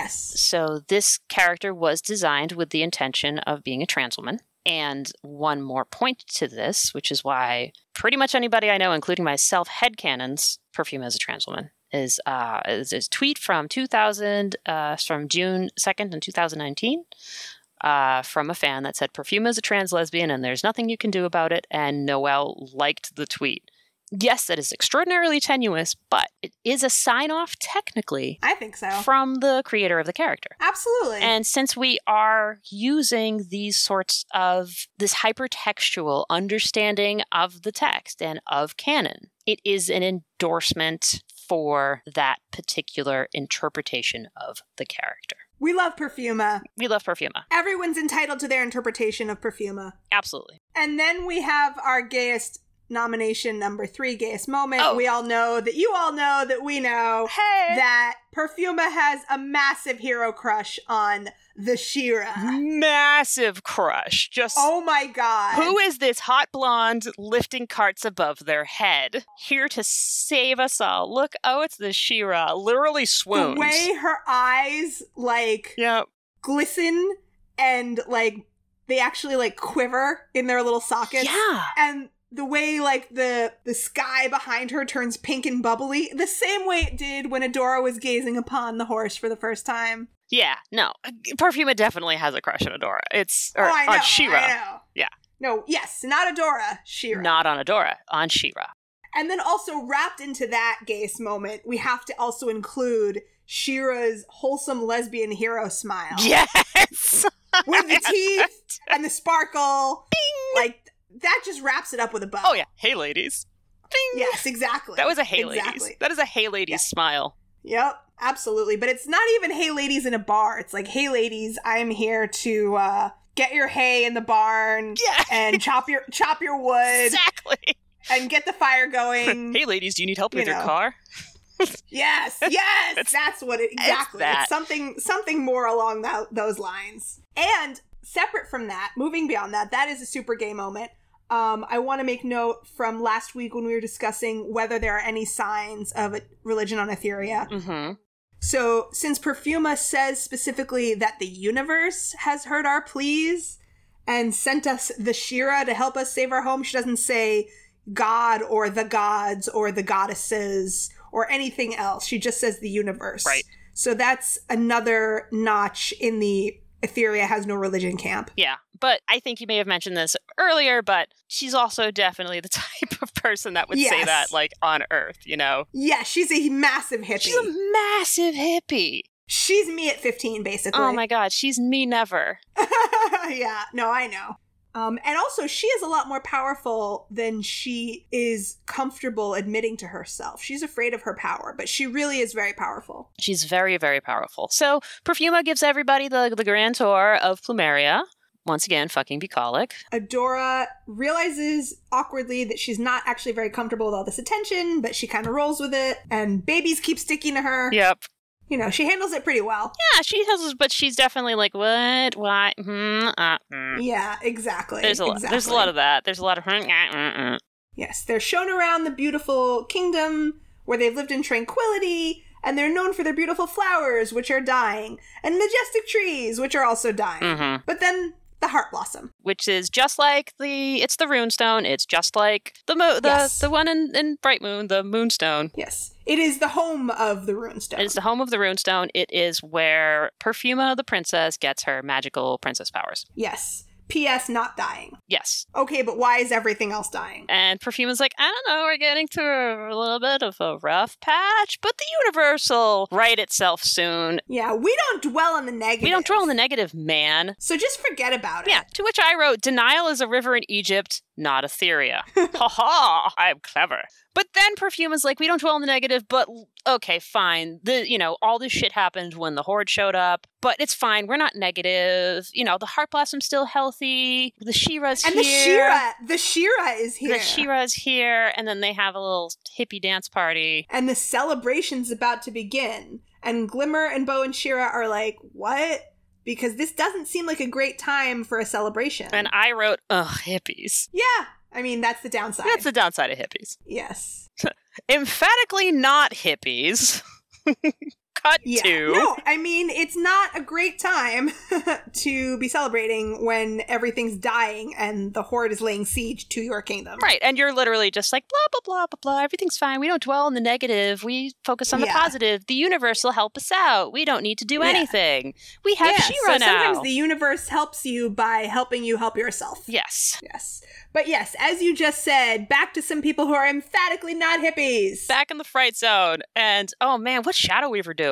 S2: Yes.
S1: So this character was designed with the intention of being a trans woman. And one more point to this, which is why pretty much anybody I know, including myself, headcanons perfume as a trans woman. Is uh is is a tweet from 2000 uh from June 2nd in 2019 uh from a fan that said perfume is a trans lesbian and there's nothing you can do about it and Noel liked the tweet. Yes, that is extraordinarily tenuous, but it is a sign off technically
S2: I think so.
S1: from the creator of the character.
S2: Absolutely.
S1: And since we are using these sorts of this hypertextual understanding of the text and of canon, it is an endorsement for that particular interpretation of the character.
S2: we love Perfuma.
S1: We love Perfuma.
S2: Everyone's entitled to their interpretation of Perfuma.
S1: Absolutely.
S2: And then we have our gayest nomination, number three, gayest moment.
S1: Oh.
S2: We all know that you all know that we know
S1: *laughs* Hey.
S2: that Perfuma has a massive hero crush on the Shira.
S1: massive crush. Just
S2: Oh my god.
S1: who is this hot blonde lifting carts above their head? Here to save us all. Look, oh, it's the Shira. Literally
S2: the
S1: swoons.
S2: way her eyes like
S1: yeah.
S2: glisten and like they actually like quiver in their little sockets.
S1: Yeah.
S2: And the way like the the sky behind her turns pink and bubbly, the same way it did when Adora was gazing upon the horse for the first time.
S1: Yeah, no. Perfuma definitely has a crush on Adora. It's or
S2: oh, I know.
S1: on
S2: I
S1: Shira.
S2: know.
S1: Yeah.
S2: No, yes, not Adora, Shira.
S1: Not on Adora, on Shira.
S2: And then also wrapped into that gayest moment, we have to also include Shira's wholesome lesbian hero smile.
S1: *laughs* Yes. *laughs*
S2: With the teeth and the sparkle. Like that just wraps it up with a bow.
S1: Oh yeah. Hey ladies. Bing.
S2: Yes, exactly.
S1: That was a hey ladies.
S2: Exactly.
S1: That is a hey ladies
S2: Yeah.
S1: smile.
S2: Yep, absolutely. But it's not even hey ladies in a bar. It's like, hey ladies, I'm here to uh get your hay in
S1: *laughs*
S2: the barn
S1: Yeah.
S2: and chop your chop your wood
S1: Exactly.
S2: and get the fire going.
S1: *laughs* Hey ladies, do you need help
S2: Mm. You
S1: with your
S2: know.
S1: car?
S2: *laughs* Yes, yes, that's, what it exactly.
S1: that.
S2: It's something something more along tho- those lines. And separate from that, moving beyond that, that is a super gay moment. Um, I want to make note from last week when we were discussing whether there are any signs of a- religion on Etheria.
S1: Mm-hmm.
S2: So, since Perfuma says specifically that the universe has heard our pleas and sent us the Shira to help us save our home, she doesn't say God or the gods or the goddesses or anything else. She just says the universe.
S1: Right.
S2: So, that's another notch in the Etheria has no religion camp.
S1: Yeah. But I think you may have mentioned this earlier, but she's also definitely the *laughs* type of person that would say
S2: Yes.
S1: that, like, on Earth, you know?
S2: Yeah, she's a massive hippie.
S1: She's a massive hippie.
S2: She's me at 15, basically.
S1: Oh my god, she's me never.
S2: *laughs* yeah, no, I know. Um, and also, she is a lot more powerful than she is comfortable admitting to herself. She's afraid of her power, but she really is very powerful.
S1: She's very, very powerful. So Perfuma gives everybody the, the grand tour of Plumeria. Once again, fucking
S2: *laughs*
S1: bucolic.
S2: Adora realizes awkwardly that she's not actually very comfortable with all this attention, but she kind of rolls with it, and babies keep sticking to her.
S1: Yep.
S2: You know, she handles it pretty well.
S1: Yeah, she has, but she's definitely like, what? Why? Hmm. Uh, mm.
S2: Yeah, exactly.
S1: There's a lot. There's a
S2: exactly.
S1: lot of that. There's a lot of. hmm, uh, mm, mm.
S2: Yes, they're shown around the beautiful kingdom where they've lived in tranquility, and they're known for their beautiful flowers, which are dying, and majestic trees, which are also dying.
S1: Mhm.
S2: But then the heart blossom.
S1: Which is just like the. It's the runestone. It's just like the mo- the
S2: Yes.
S1: the one in, in Bright Moon, the Moonstone.
S2: Yes, it is the home of the runestone.
S1: It is the home of the runestone. It is where Perfuma, the princess, gets her magical princess powers.
S2: yes. P.S. Not dying.
S1: Yes,
S2: Okay, but why is everything else dying?
S1: And Perfume is like, I don't know, we're getting through a little bit of a rough patch, but the universe will right itself soon.
S2: Yeah, we don't dwell on the negative.
S1: We don't dwell on the negative, man.
S2: So just forget about it.
S1: Yeah, to which I wrote, Denial is a river in Egypt, not
S2: *laughs*
S1: Etheria. ha ha, I'm clever. But then Perfume is like, we don't dwell on the negative, but l- okay, fine. The you know, all this shit happened when the horde showed up, but it's fine, we're not negative. You know, the heart blossom's still healthy, the Shira's
S2: And
S1: here.
S2: the Shira, the Shira is here.
S1: The Shira's here, and then they have a little hippie dance party.
S2: and the celebration's about to begin. And Glimmer and Bo and Shira are like, "What?" Because this doesn't seem like a great time for a celebration.
S1: And I wrote, ugh, hippies.
S2: yeah, I mean that's the downside.
S1: That's the downside of hippies.
S2: yes.
S1: Emphatically not hippies. *laughs* Cut
S2: Yeah.
S1: to.
S2: No, I mean it's not a great time *laughs* to be celebrating when everything's dying and the horde is laying siege to your kingdom.
S1: Right. And you're literally just like, blah, blah, blah, blah, blah. Everything's fine. We don't dwell on the negative. We focus on the
S2: Yeah.
S1: positive. The universe will help us out. We don't need to do
S2: Yeah.
S1: anything. We have
S2: yeah,
S1: Shira
S2: so
S1: now.
S2: sometimes the universe helps you by helping you help yourself.
S1: yes.
S2: Yes. But yes, as you just said, back to some people who are emphatically not hippies.
S1: Back in the fright zone. And oh man, what's Shadow Weaver doing?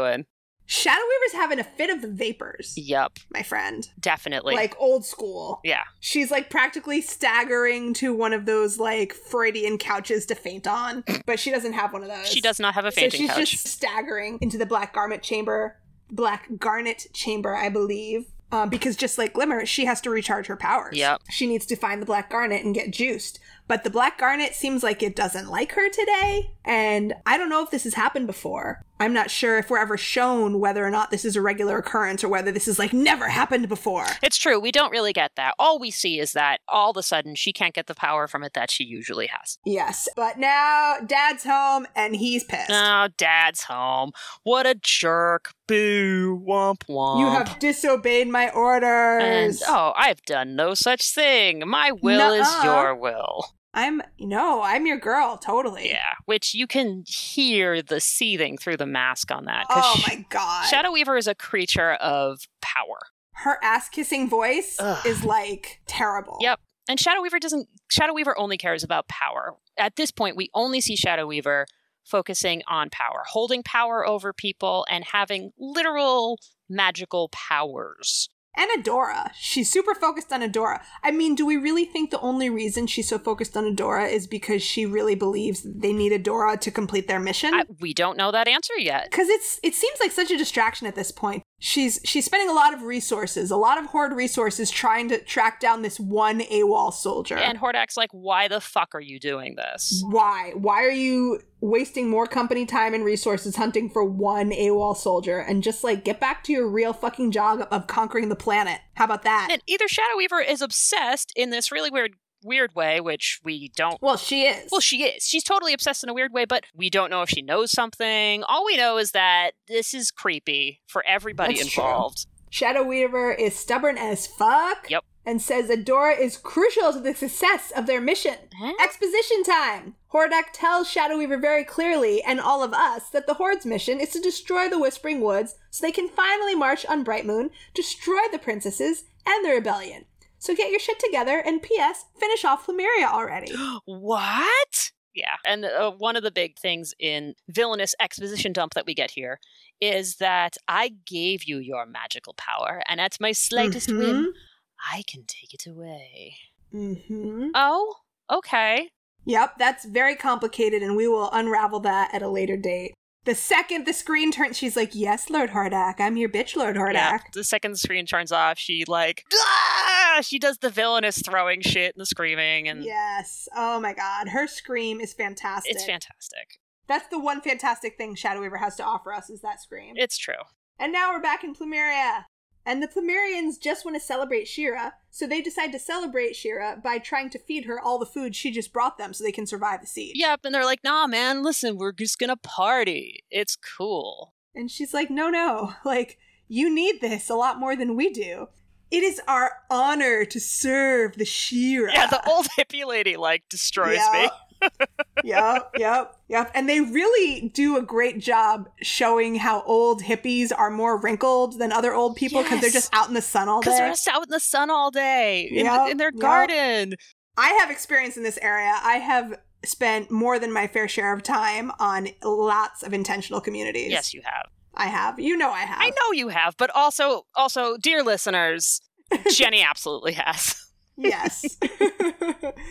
S2: Shadow Weaver's having a fit of the vapors,
S1: Yup.
S2: my friend.
S1: Definitely.
S2: Like, old school.
S1: yeah.
S2: She's like practically staggering to one of those like Freudian couches to faint on, but she doesn't have one of those.
S1: She does not have a
S2: So
S1: fainting
S2: she's
S1: couch.
S2: just staggering into the black garment chamber, black garnet chamber, I believe. Um, because just like Glimmer, she has to recharge her powers.
S1: Yep.
S2: She needs to find the black garnet and get juiced. But the black garnet seems like it doesn't like her today. And I don't know if this has happened before. I'm not sure if we're ever shown whether or not this is a regular occurrence or whether this is like never happened before.
S1: It's true. We don't really get that. All we see is that all of a sudden she can't get the power from it that she usually has.
S2: Yes. But now dad's home and he's pissed.
S1: Oh, dad's home. What a jerk. Boo. Womp womp.
S2: you have disobeyed my
S1: And,
S2: orders.
S1: oh, I've done no such thing. My will
S2: Nuh-uh.
S1: is your will.
S2: I'm no, I'm your girl, totally.
S1: Yeah. Which you can hear the seething through the mask on that. 'cause
S2: Oh
S1: sh-
S2: my god.
S1: Shadow Weaver is a creature of power.
S2: Her ass kissing voice
S1: Ugh.
S2: is like terrible.
S1: Yep. And Shadow Weaver doesn't Shadow Weaver only cares about power. At this point, we only see Shadow Weaver focusing on power, holding power over people and having literal magical powers.
S2: And Adora. She's super focused on Adora. I mean, do we really think the only reason she's so focused on Adora is because she really believes that they need Adora to complete their mission?
S1: I, we don't know that answer yet.
S2: Because it's it seems like such a distraction at this point. She's she's spending a lot of resources, a lot of horde resources trying to track down this one AWOL soldier.
S1: And Hordak's like, why the fuck are you doing this?
S2: why? Why are you wasting more company time and resources hunting for one AWOL soldier and just like get back to your real fucking job of conquering the planet? How about that?
S1: And either Shadow Weaver is obsessed in this really weird weird way, which we don't
S2: well, she is.
S1: well, she is. She's totally obsessed in a weird way, but we don't know if she knows something. All we know is that this is creepy for everybody
S2: That's true.
S1: involved.
S2: Shadow Weaver is stubborn as fuck.
S1: Yep.
S2: And says Adora is crucial to the success of their mission.
S1: Huh?
S2: Exposition time! Hordak tells Shadow Weaver very clearly, and all of us, that the Horde's mission is to destroy the Whispering Woods so they can finally march on Bright Moon, destroy the princesses, and the rebellion. So get your shit together, and P.S., finish off
S1: *gasps*
S2: Lemuria already.
S1: what? Yeah. And uh, one of the big things in villainous exposition dump that we get here is that I gave you your magical power, and at my slightest whim, I can take it away.
S2: Mm-hmm.
S1: Oh, okay.
S2: Yep, that's very complicated, and we will unravel that at a later date. The second the screen turns, she's like, Yes, Lord Hordak, I'm your bitch, Lord Hordak.
S1: Yeah. The second the screen turns off, she like ah! she does the villainous throwing shit and the screaming, and
S2: Yes. Oh my god. Her scream is fantastic.
S1: it's fantastic.
S2: That's the one fantastic thing Shadow Weaver has to offer us is that scream.
S1: It's true.
S2: and now we're back in Plumeria. And the Plumerians just want to celebrate Shira, so they decide to celebrate Shira by trying to feed her all the food she just brought them so they can survive the siege.
S1: Yep. And they're like, nah, man, listen, we're just gonna party. It's cool.
S2: And she's like, no, no, *laughs* like, you need this a lot more than we do. It is our honor to serve the Shira.
S1: Yeah,
S2: *laughs*
S1: the old hippie lady like destroys me.
S2: yep, yep, yep, yep. And they really do a great job showing how old hippies are more wrinkled than other old people because they're
S1: Yes.
S2: just out in the sun all
S1: Because they're
S2: day.
S1: just out in the sun all day in,
S2: Yep,
S1: in their
S2: yep.
S1: garden.
S2: I have experience in this area. I have spent more than my fair share of time on lots of intentional communities.
S1: Yes, you have.
S2: I have. You know I have.
S1: I know you have, but also, also, dear listeners, Jenny absolutely has. *laughs*
S2: Yes.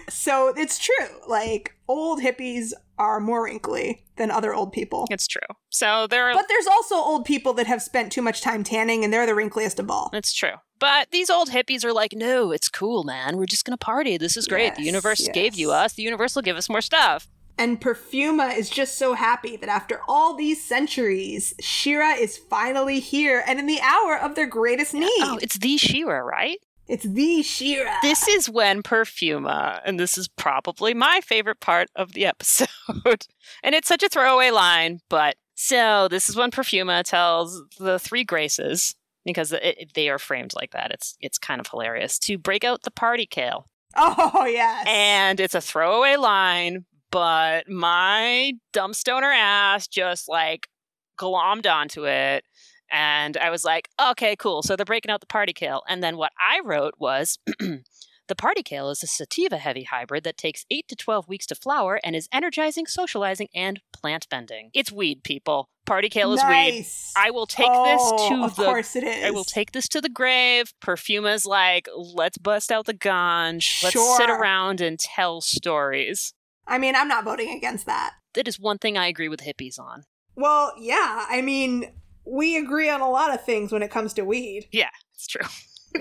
S2: so it's true. Like old hippies are more wrinkly than other old people.
S1: It's true. So there, are,
S2: But there's also old people that have spent too much time tanning and they're the wrinkliest of all.
S1: it's true. But these old hippies are like, no, it's cool, man. We're just gonna party. This is great. the
S2: Yes,
S1: universe gave you
S2: yes.
S1: us. The universe will give us more stuff.
S2: And Perfuma is just so happy that after all these centuries, Shira is finally here and in the hour of their greatest need.
S1: Oh, it's the Shira, right?
S2: it's the Shira.
S1: This is when Perfuma, and this is probably my favorite part of the episode. *laughs* and it's such a throwaway line, but so this is when Perfuma tells the three graces because it, it- they are framed like that. It's it's kind of hilarious to break out the party kale,
S2: oh, yes.
S1: and it's a throwaway line, but my dumb stoner ass just like glommed onto it. And I was like, okay, cool. So they're breaking out the party kale. And then what I wrote was *clears throat* the party kale is a sativa heavy hybrid that takes 8 to 12 weeks to flower and is energizing, socializing, and plant bending. It's weed, people. Party kale is weed.
S2: nice.
S1: I will take
S2: Oh,
S1: this
S2: Of
S1: to the
S2: course it is.
S1: I will take this to the grave. Perfuma's like, let's bust out the ganj. Let's sit
S2: Sure.
S1: around and tell stories.
S2: I mean, I'm not voting against that.
S1: That is one thing I agree with hippies on.
S2: Well, yeah. I mean, we agree on a lot of things when it comes to weed.
S1: Yeah, it's true.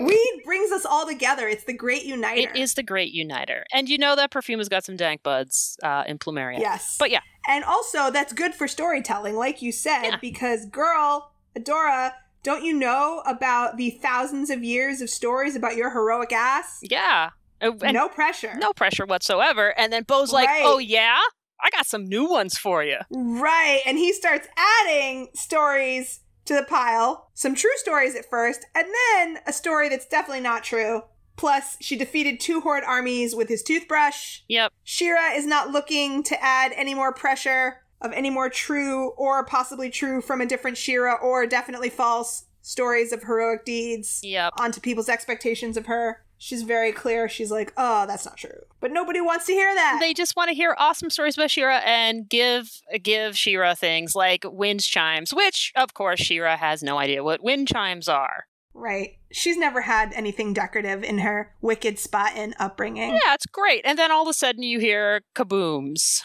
S2: weed brings us all together. It's the great uniter.
S1: It is the great uniter. And you know that Perfuma's got some dank buds uh, in Plumeria.
S2: Yes.
S1: But yeah,
S2: And also, that's good for storytelling, like you said,
S1: Yeah.
S2: because girl, Adora, don't you know about the thousands of years of stories about your heroic ass?
S1: yeah. Uh, And
S2: no pressure.
S1: no pressure whatsoever. And then Bo's like,
S2: Right.
S1: oh, yeah? I got some new ones for you.
S2: Right. And he starts adding stories to the pile, some true stories at first, and then a story that's definitely not true. Plus, she defeated two Horde armies with his toothbrush.
S1: Yep.
S2: Shira is not looking to add any more pressure of any more true or possibly true from a different Shira or definitely false stories of heroic deeds
S1: Yep.
S2: onto people's expectations of her. She's very clear. She's like, "Oh, that's not true." But nobody wants to hear that.
S1: They just want to hear awesome stories about Shira and give give Shira things like wind chimes, which of course Shira has no idea what wind chimes are.
S2: Right. She's never had anything decorative in her wicked spot in upbringing.
S1: Yeah, it's great. And then all of a sudden you hear kabooms.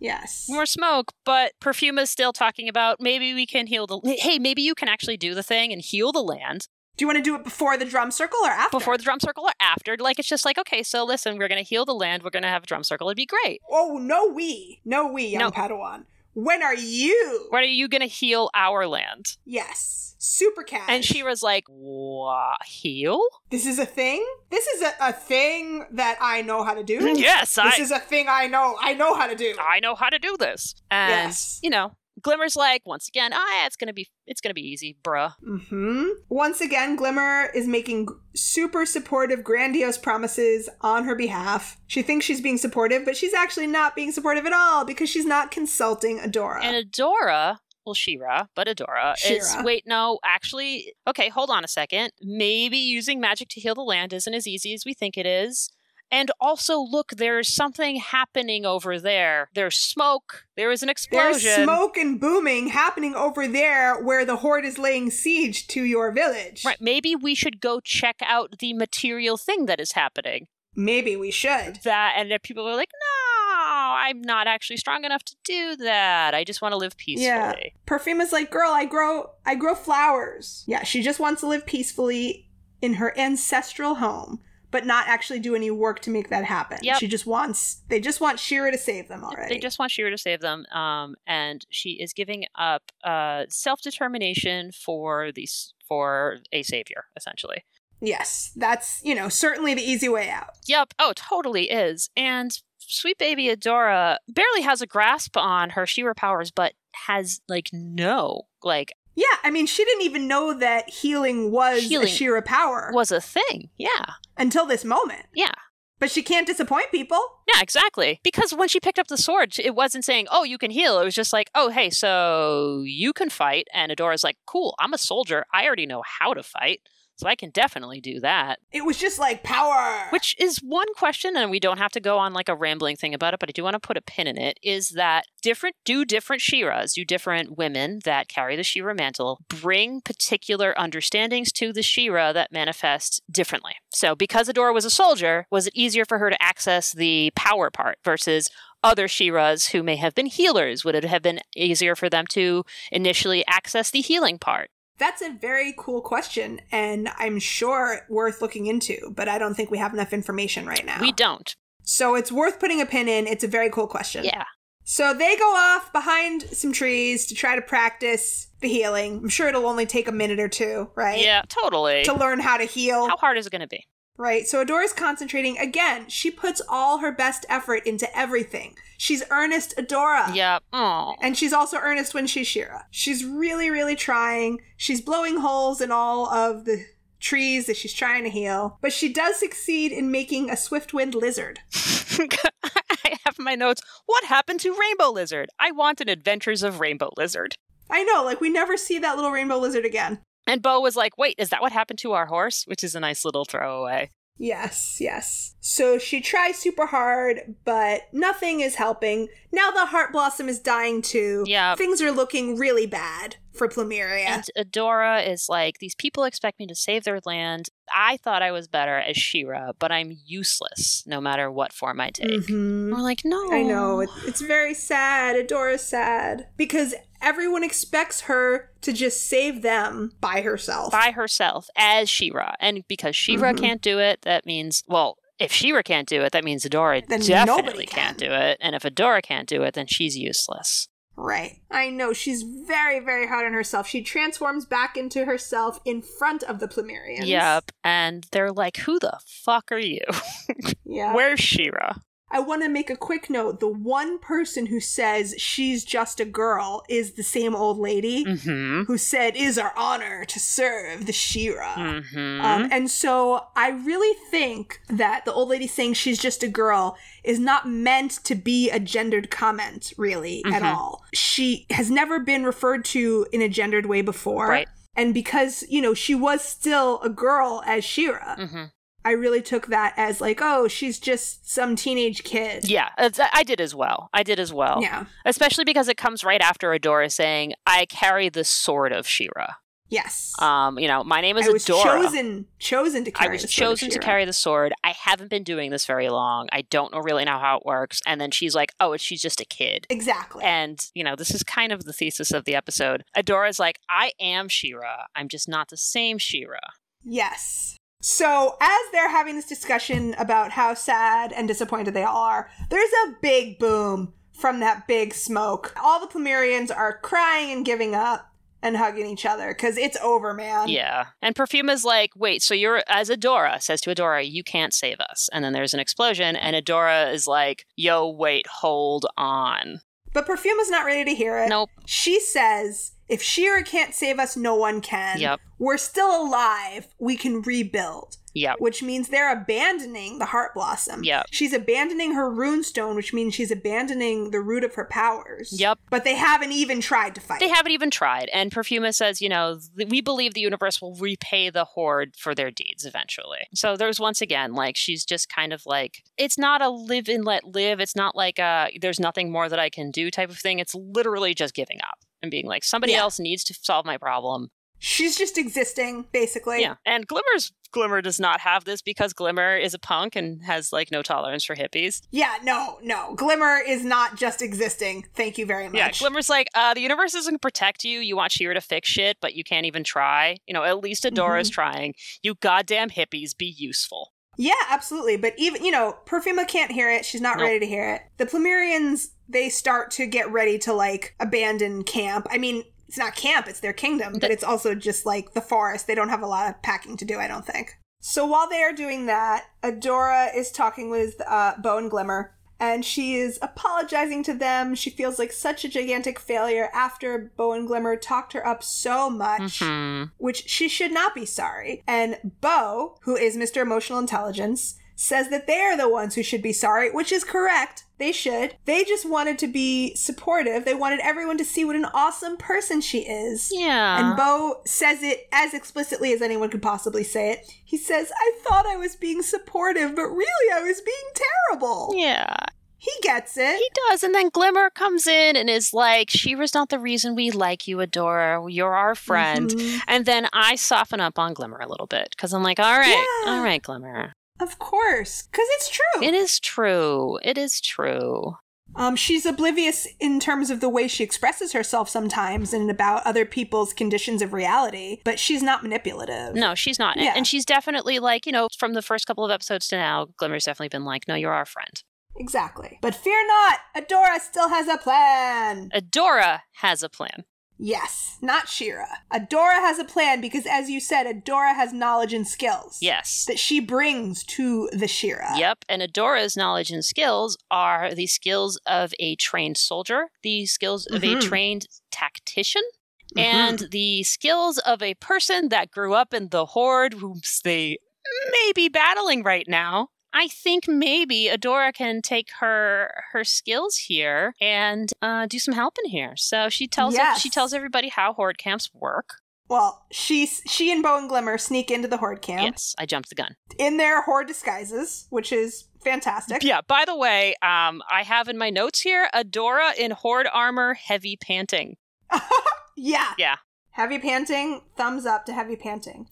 S2: Yes.
S1: more smoke, but Perfume is still talking about maybe we can heal the. Hey, maybe you can actually do the thing and heal the land
S2: Do you want to do it before the drum circle or after?
S1: before the drum circle or after. Like it's just like okay, so listen, we're gonna heal the land. We're gonna have a drum circle. It'd be great.
S2: Oh, no, we. No, we, young
S1: No.
S2: Padawan. When are you?
S1: When are you gonna heal our land?
S2: Yes. Super cat.
S1: And she was like, "What heal?
S2: This is a thing? This is a, a thing that I know how to do?
S1: Mm, yes, I
S2: This is a thing I know. I know how to do.
S1: I know how to do this." And
S2: Yes.
S1: you know, Glimmer's like once again, ah, it's gonna be it's gonna be easy, bruh.
S2: hmm Once again, Glimmer is making super supportive, grandiose promises on her behalf. She thinks she's being supportive, but she's actually not being supportive at all because she's not consulting Adora.
S1: And Adora, well, Shira, but Adora is
S2: Shira.
S1: wait, no, actually, okay, hold on a second. Maybe using magic to heal the land isn't as easy as we think it is. And also, look, there's something happening over there. There's smoke. There is an
S2: There's
S1: explosion.
S2: smoke and booming happening over there where the horde is laying siege to your village.
S1: Right, maybe we should go check out the material thing that is happening.
S2: Maybe we should.
S1: That and then people are like, "No, I'm not actually strong enough to do that. I just want to live peacefully."
S2: Yeah. Perfume is like, girl, I grow I grow flowers. Yeah, she just wants to live peacefully in her ancestral home, but not actually do any work to make that happen.
S1: Yep.
S2: She just wants they just want Shira to save them already.
S1: They just want Shira to save them, um, and she is giving up uh, self determination for these for a savior, essentially.
S2: yes. That's you know, certainly the easy way out.
S1: Yep. Oh, totally is. And sweet baby Adora barely has a grasp on her Shira powers, but has like no like
S2: Yeah, I mean she didn't even know that healing was
S1: Healing
S2: a Shira power
S1: was a thing. Yeah.
S2: until this moment.
S1: Yeah.
S2: But she can't disappoint people.
S1: Yeah, exactly. Because when she picked up the sword, it wasn't saying, "Oh, you can heal." It was just like, "Oh, hey, so you can fight." And Adora's like, "Cool, I'm a soldier. I already know how to fight, so I can definitely do that."
S2: It was just like power.
S1: Which is one question, and we don't have to go on like a rambling thing about it, but I do want to put a pin in it. Is that different? Do different Shiras, do different women that carry the Shira mantle bring particular understandings to the Shira that manifest differently? So, because Adora was a soldier, was it easier for her to access the power part versus? Other Shiras who may have been healers, would it have been easier for them to initially access the healing part?
S2: That's a very cool question, and I'm sure worth looking into, but I don't think we have enough information right now.
S1: We don't.
S2: so it's worth putting a pin in. It's a very cool question.
S1: Yeah.
S2: So they go off behind some trees to try to practice the healing. I'm sure it'll only take a minute or two, right?
S1: Yeah, totally.
S2: To learn how to heal.
S1: How hard is it going to be?
S2: Right. So Adora's concentrating. Again, she puts all her best effort into everything. She's earnest Adora.
S1: Yeah. Oh.
S2: And she's also earnest when she's Shira. She's really, really trying. She's blowing holes in all of the trees that she's trying to heal. But she does succeed in making a swift wind lizard.
S1: *laughs* I have my notes. What happened to Rainbow Lizard? I want an Adventures of Rainbow Lizard.
S2: I know, like we never see that little rainbow lizard again.
S1: And Bo was like, wait, is that what happened to our horse? Which is a nice little throwaway.
S2: Yes, yes. So she tries super hard, but nothing is helping. Now the heart blossom is dying too.
S1: Yeah.
S2: Things are looking really bad for Plumeria.
S1: And Adora is like, these people expect me to save their land. I thought I was better as Shira, but I'm useless no matter what form I take.
S2: Mhm.
S1: We're like, no.
S2: I know. It, it's very sad. Adora's sad. Because everyone expects her to just save them by herself.
S1: by herself as Shira. And because Shira
S2: Mhm.
S1: can't do it, that means well, if Shira can't do it, that means Adora
S2: Then
S1: definitely
S2: nobody can.
S1: can't do it. And if Adora can't do it, then she's useless.
S2: right. I know. She's very, very hard on herself. She transforms back into herself in front of the Plumerians.
S1: Yep. And they're like, Who the fuck are you? *laughs*
S2: Yeah.
S1: Where's
S2: *laughs*
S1: Shira?
S2: I want to make a quick note. The one person who says she's just a girl is the same old lady
S1: Mm-hmm.
S2: who said, "Is our honor to serve the Shira."
S1: Mm-hmm.
S2: Um, and so I really think that the old lady saying she's just a girl is not meant to be a gendered comment, really, at
S1: Mhm.
S2: all. She has never been referred to in a gendered way before.
S1: Right.
S2: And because, you know, she was still a girl as Shira, *laughs*
S1: Mhm.
S2: I really took that as like, oh, she's just some teenage kid.
S1: Yeah, it's- I did as well. I did as well.
S2: Yeah.
S1: Especially because it comes right after Adora saying, I carry the sword of Shira.
S2: Yes.
S1: Um, you know, my name is
S2: I was
S1: Adora.
S2: chosen chosen to carry
S1: I was
S2: the sword of
S1: chosen to
S2: Shira.
S1: carry the sword. I haven't been doing this very long. I don't know really know how it works. And then she's like, "Oh, she's just a kid."
S2: Exactly.
S1: And you know, this is kind of the thesis of the episode. Adora's like, "I am Shira. I'm just not the same Shira."
S2: Yes. So, as they're having this discussion about how sad and disappointed they all are, there's a big boom from that big smoke. All the Plumerians are crying and giving up and hugging each other because it's over, man.
S1: yeah. And Perfume is like, "Wait, so you're as Adora says to Adora, you can't save us." And then there's an explosion, and Adora is like, "Yo, wait, hold on."
S2: But Perfume is not ready to hear it.
S1: Nope.
S2: She says, if Shira can't save us, no one can.
S1: Yep.
S2: We're still alive. We can rebuild.
S1: Yep.
S2: Which means they're abandoning the Heart Blossom.
S1: Yep.
S2: She's abandoning her runestone, which means she's abandoning the root of her powers.
S1: Yep.
S2: But they haven't even tried to fight.
S1: They haven't even tried. And Perfuma says, you know, th- we believe the universe will repay the Horde for their deeds eventually. So there's once again, like, she's just kind of like, it's not a live and let live. It's not like a, there's nothing more that I can do type of thing. It's literally just giving up and being like, somebody
S2: Yeah.
S1: else needs to solve my problem.
S2: She's just existing, basically.
S1: yeah. And Glimmer's Glimmer does not have this because Glimmer is a punk and has like no tolerance for hippies.
S2: Yeah, no, no. Glimmer is not just existing. Thank you very much.
S1: Yeah, Glimmer's like, uh, the universe doesn't protect you. You want Shira to fix shit, but you can't even try. You know, at least Adora's
S2: Mm-hmm.
S1: trying. You goddamn hippies, be useful.
S2: Yeah, absolutely. But even, you know, Perfuma can't hear it. She's not
S1: Nope.
S2: ready to hear it. The Plumerians, they start to get ready to, like, abandon camp. I mean, it's not camp, it's their kingdom, but
S1: The-
S2: it's also just, like, the forest. They don't have a lot of packing to do, I don't think. So while they are doing that, Adora is talking with uh, Bo and Glimmer, and she is apologizing to them. She feels like such a gigantic failure after Bo and Glimmer talked her up so much
S1: Mhm.
S2: which she should not be sorry. And Bo, who is Mr. Emotional Intelligence, says that they are the ones who should be sorry, which is correct. They should. They just wanted to be supportive. They wanted everyone to see what an awesome person she is.
S1: Yeah.
S2: And Bo says it as explicitly as anyone could possibly say it. He says, I thought I was being supportive, but really I was being terrible.
S1: yeah,
S2: He gets it.
S1: he does. And then Glimmer comes in and is like, Shira's not the reason we like you, Adora. You're our friend.
S2: Mhm.
S1: And then I soften up on Glimmer a little bit because I'm like, all right,
S2: Yeah.
S1: all right, Glimmer.
S2: Of course, because it's true.
S1: It is true. It is true.
S2: Um, she's oblivious in terms of the way she expresses herself sometimes and about other people's conditions of reality, but she's not manipulative.
S1: No, she's not.
S2: Yeah.
S1: And she's definitely like, you know, from the first couple of episodes to now, Glimmer's definitely been like, no, you're our friend.
S2: Exactly. But fear not, Adora still has a plan.
S1: Uh, Adora has a plan.
S2: Yes, not Shira. Adora has a plan because as you said, Adora has knowledge and skills.
S1: Yes.
S2: That she brings to the Shira.
S1: Yep. And Adora's knowledge and skills are the skills of a trained soldier, the skills of a
S2: Mhm.
S1: trained tactician,
S2: Mhm.
S1: and the skills of a person that grew up in the Horde, whom they may be battling right now. I think maybe Adora can take her her skills here and uh, do some helping here. So she tells
S2: Yes.
S1: she tells everybody how horde camps work.
S2: Well, she she and Bo and Glimmer sneak into the Horde camp
S1: Yes, I jumped the gun.
S2: in their Horde disguises, which is fantastic.
S1: Yeah, by the way, um, I have in my notes here Adora in horde armor, heavy panting.
S2: Yeah.
S1: Yeah.
S2: Heavy panting, thumbs up to heavy panting.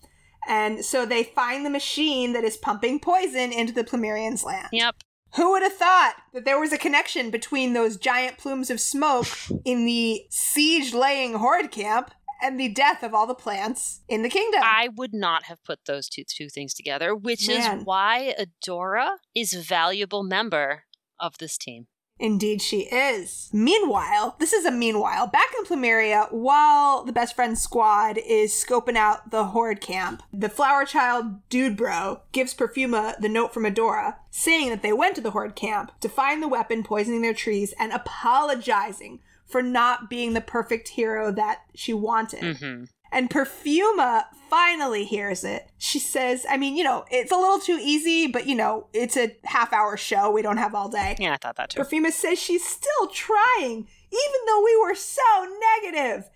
S2: And so they find the machine that is pumping poison into the Plumerians' land.
S1: Yep.
S2: Who would have thought that there was a connection between those giant plumes of smoke in the siege laying horde camp and the death of all the plants in the kingdom?
S1: I would not have put those two two things together, which
S2: Man.
S1: is why Adora is a valuable member of this team.
S2: Indeed, she is. Meanwhile, this is a meanwhile. Back in Plumeria, while the best friend squad is scoping out the Horde camp, the flower child dude bro gives Perfuma the note from Adora saying that they went to the Horde camp to find the weapon poisoning their trees and apologizing for not being the perfect hero that she wanted.
S1: hmm
S2: And Perfuma finally hears it. She says, I mean, you know, it's a little too easy, but you know, it's a half hour show. We don't have all day.
S1: Yeah, I thought that too.
S2: Perfuma says she's still trying, even though we were so negative.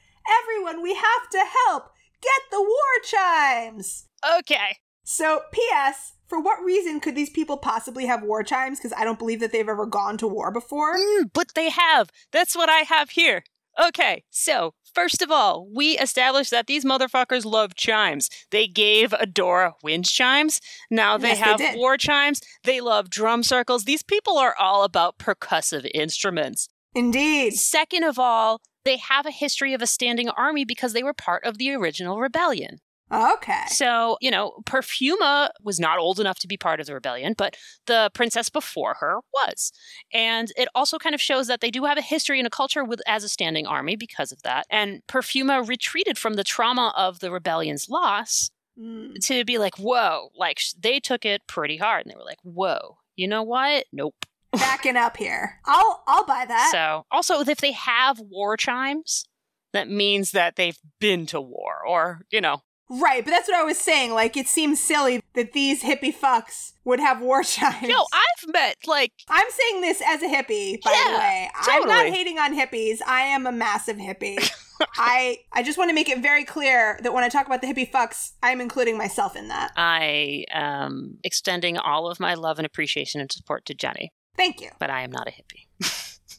S2: Everyone, we have to help. Get the war chimes.
S1: Okay.
S2: So, P.S. For what reason could these people possibly have war chimes? Because I don't believe that they've ever gone to war before.
S1: Mm, but they have. That's what I have here. Okay, so first of all, we established that these motherfuckers love chimes. They gave Adora wind chimes. Now they
S2: Yes, they
S1: have
S2: did.
S1: war chimes. They love drum circles. These people are all about percussive instruments.
S2: Indeed.
S1: Second of all, they have a history of a standing army because they were part of the original rebellion.
S2: Okay.
S1: So, you know, Perfuma was not old enough to be part of the rebellion, but the princess before her was. And it also kind of shows that they do have a history and a culture with as a standing army because of that. And Perfuma retreated from the trauma of the rebellion's loss
S2: Mm.
S1: to be like, "Whoa, like sh- they took it pretty hard." And they were like, "Whoa, you know what? Nope."
S2: Backing up here. I'll I'll buy that.
S1: so, also if they have war chimes, that means that they've been to war or, you know,
S2: Right, but that's what I was saying. Like, it seems silly that these hippie fucks would have war *laughs* chimes.
S1: no, I've met like
S2: I'm saying this as a hippie, by the
S1: Yeah,
S2: way. I'm not
S1: totally.
S2: hating on hippies. I am a
S1: *laughs*
S2: massive hippie. I I just want to make it very clear that when I talk about the hippie fucks, I'm including myself in that.
S1: I am extending all of my love and appreciation and support to Jenny,
S2: Thank you.
S1: but I am not a hippie.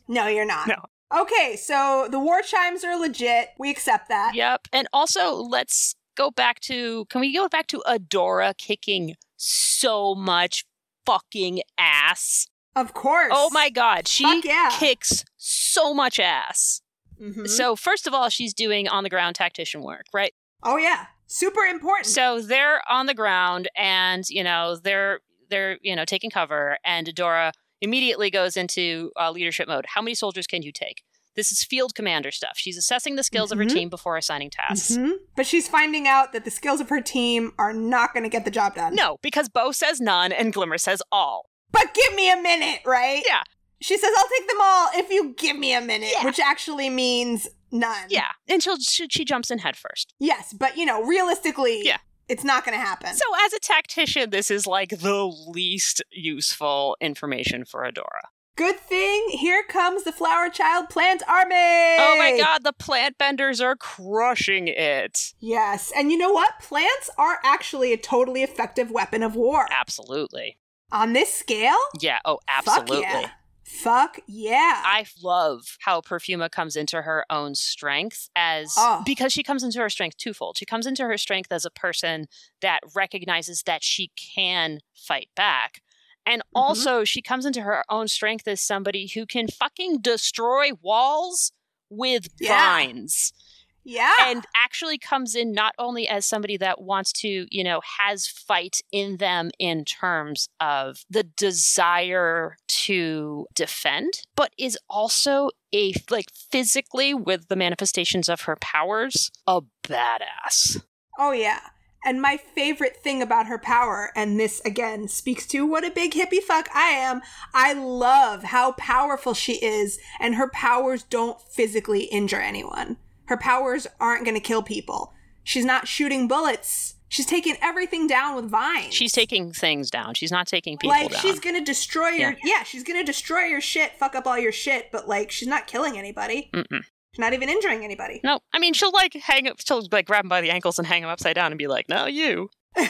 S2: No, you're not.
S1: No.
S2: Okay, so the war chimes are legit. We accept that.
S1: Yep. And also, let's go back to can we go back to Adora kicking so much fucking ass?
S2: Of course.
S1: Oh my God. She
S2: Fuck yeah.
S1: kicks so much ass.
S2: Mhm.
S1: So, first of all, she's doing on the ground tactician work, right?
S2: oh yeah. Super important.
S1: So they're on the ground and, you know, they're they're, you know, taking cover and Adora immediately goes into uh, leadership mode. How many soldiers can you take? This is field commander stuff. She's assessing the skills of
S2: Mhm.
S1: her team before assigning tasks.
S2: Mhm. But she's finding out that the skills of her team are not going to get the job done.
S1: No, because Bo says none and Glimmer says all.
S2: But give me a minute, right?
S1: Yeah.
S2: She says, I'll take them all if you give me a minute,
S1: Yeah.
S2: which actually means none.
S1: Yeah, and she'll, she she jumps in head first.
S2: Yes, but you know, realistically,
S1: Yeah.
S2: it's not going to happen.
S1: So as a tactician, this is like the least useful information for Adora.
S2: Good thing here comes the flower child plant army. Oh
S1: Oh my god, the plant benders are crushing it.
S2: Yes, and you know what? Plants are actually a totally effective weapon of war.
S1: Absolutely.
S2: On this scale?
S1: Yeah, oh absolutely.
S2: Fuck yeah. Fuck yeah.
S1: I love how Perfuma comes into her own strength as
S2: Oh.
S1: because she comes into her strength twofold. She comes into her strength as a person that recognizes that she can fight back. And
S2: Mm-hmm.
S1: also, she comes into her own strength as somebody who can fucking destroy walls with
S2: Yeah.
S1: vines
S2: yeah.
S1: and actually comes in not only as somebody that wants to, you know, has fight in them in terms of the desire to defend, but is also a like physically with the manifestations of her powers, a badass.
S2: Oh, yeah. And my favorite thing about her power, and this again speaks to what a big hippie fuck I am, I love how powerful she is, and her powers don't physically injure anyone. Her powers aren't going to kill people. She's not shooting bullets. She's taking everything down with vines.
S1: She's taking things down. She's not taking people
S2: like
S1: down.
S2: she's gonna destroy your yeah. she's gonna destroy your shit fuck up all your shit but like she's not killing anybody
S1: Mm-mm.
S2: she's not even injuring anybody
S1: No, I mean she'll like hang up. She'll like grab him by the ankles and hang him upside down and be like, "No,
S2: *laughs*
S1: you."
S2: no,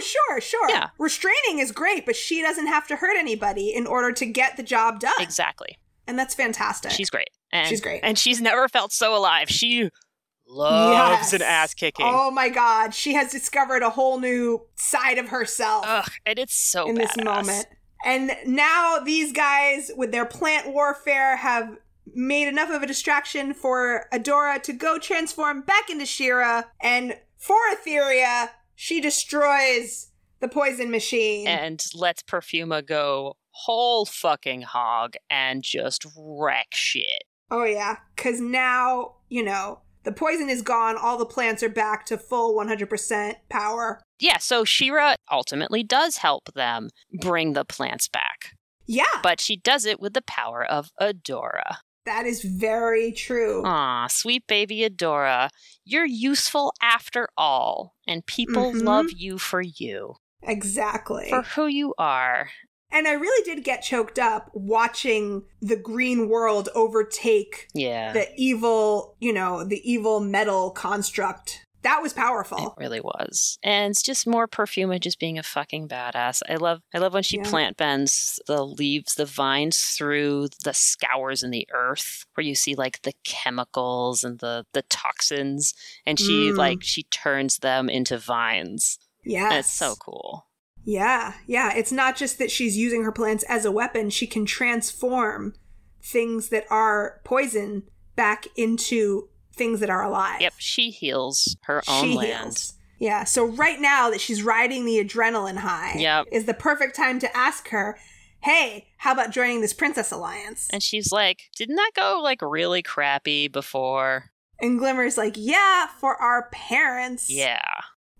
S2: sure, sure.
S1: Yeah.
S2: Restraining is great, but she doesn't have to hurt anybody in order to get the job done.
S1: Exactly.
S2: And that's fantastic.
S1: She's great. And,
S2: She's great.
S1: And she's never felt so alive. She loves an
S2: Yes.
S1: ass kicking.
S2: Oh my god, she has discovered a whole new side of herself
S1: Ugh, and it's so
S2: in this
S1: badass.
S2: moment. And now these guys with their plant warfare have made enough of a distraction for Adora to go transform back into Shira and for Etheria, she destroys the poison machine.
S1: and lets Perfuma go whole fucking hog and just wreck shit.
S2: Oh yeah, because now you know the poison is gone. All the plants are back to full 100% power.
S1: Yeah, so Shira ultimately does help them bring the plants back,
S2: Yeah,
S1: but she does it with the power of Adora.
S2: that is very true.
S1: Ah, sweet baby Adora, you're useful after all, and people
S2: Mhm.
S1: love you for you,
S2: Exactly.
S1: for who you are.
S2: and I really did get choked up watching the green world overtake
S1: Yeah.
S2: the evil, you know, the evil metal construct That was
S1: It
S2: powerful.
S1: really was. And it's just more Perfuma just being a fucking badass. I love I love when she
S2: Yeah.
S1: plant bends the leaves, the vines through the scours in the earth where you see like the chemicals and the the toxins and she
S2: Mm.
S1: like she turns them into vines.
S2: Yeah.
S1: That's so cool.
S2: Yeah, yeah. It's not just that she's using her plants as a weapon, she can transform things that are poison back into things that are alive.
S1: Yep, she heals her own
S2: she
S1: land.
S2: heals. Yeah. So right now that she's riding the adrenaline high
S1: Yep.
S2: is the perfect time to ask her, Hey, how about joining this princess alliance?
S1: And she's like, didn't that go like really crappy before?
S2: And Glimmer's like, Yeah, for our parents.
S1: Yeah.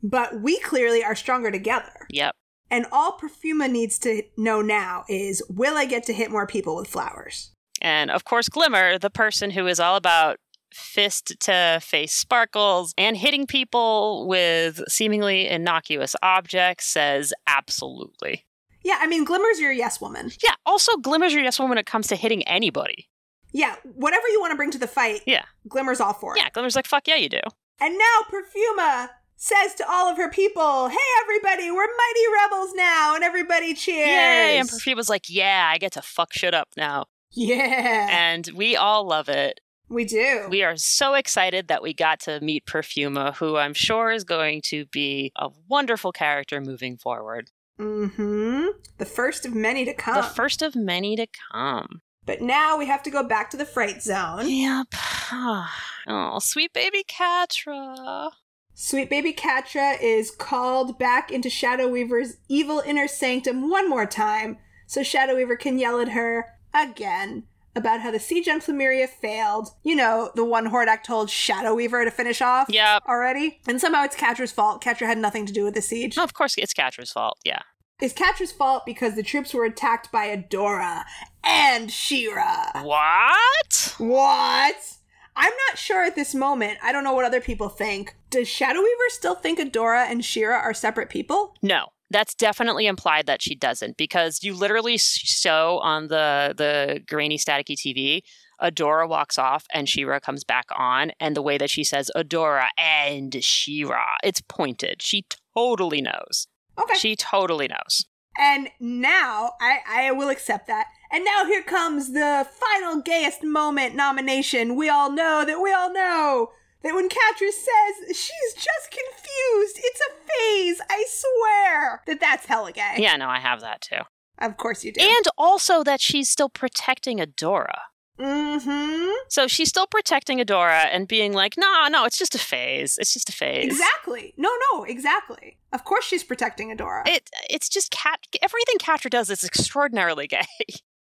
S2: But we clearly are stronger together.
S1: Yep.
S2: And all Perfuma needs to know now is will I get to hit more people with flowers?
S1: And of course, Glimmer, the person who is all about fist to face sparkles and hitting people with seemingly innocuous objects, says absolutely.
S2: Yeah, I mean, Glimmer's your yes woman.
S1: Yeah, also, Glimmer's your yes woman when it comes to hitting anybody.
S2: Yeah, whatever you want to bring to the fight,
S1: Yeah.
S2: Glimmer's all for it.
S1: Yeah, Glimmer's like, fuck yeah, you do.
S2: And now Perfuma says to all of her people, Hey, everybody, we're mighty rebels now. And everybody cheers.
S1: Yay! And Perfume was like, yeah, I get to fuck shit up now.
S2: yeah,
S1: And we all love it.
S2: we do.
S1: We are so excited that we got to meet Perfuma, who I'm sure is going to be a wonderful character moving forward.
S2: mm-hmm. The first of many to come.
S1: The first of many to come.
S2: but now we have to go back to the freight zone.
S1: Yep. *sighs* Oh, sweet baby Catra.
S2: Sweet baby Katra is called back into Shadow Weaver's evil inner sanctum one more time, so Shadow Weaver can yell at her again about how the siege on Plumeria failed. You know, the one Hordak told Shadow Weaver to finish off
S1: Yep.
S2: already. And somehow it's Katra's fault. Katra had nothing to do with the siege.
S1: No, of course it's Catra's fault. Yeah.
S2: It's Katra's fault because the troops were attacked by Adora and Shira.
S1: What?
S2: What? I'm not sure at this moment. I don't know what other people think. Does Shadow Weaver still think Adora and Shira are separate people?
S1: No. That's definitely implied that she doesn't because you literally s- show on the the grainy staticky TV Adora walks off and Shira comes back on and the way that she says Adora and Shira it's pointed. She totally knows.
S2: Okay.
S1: She totally knows.
S2: and now I, I will accept that. And now here comes the final gayest moment nomination. We all know that we all know that when Katra says she's just confused, it's a phase. I swear that that's hella gay.
S1: Yeah, no, I have that too.
S2: Of course you do.
S1: And also that she's still protecting Adora.
S2: mm-hmm.
S1: So she's still protecting Adora and being like, no, no, it's just a phase. It's just a phase.
S2: Exactly. No, no, exactly. Of course she's protecting Adora.
S1: It, it's just cat. Everything Catra does is extraordinarily *laughs* gay.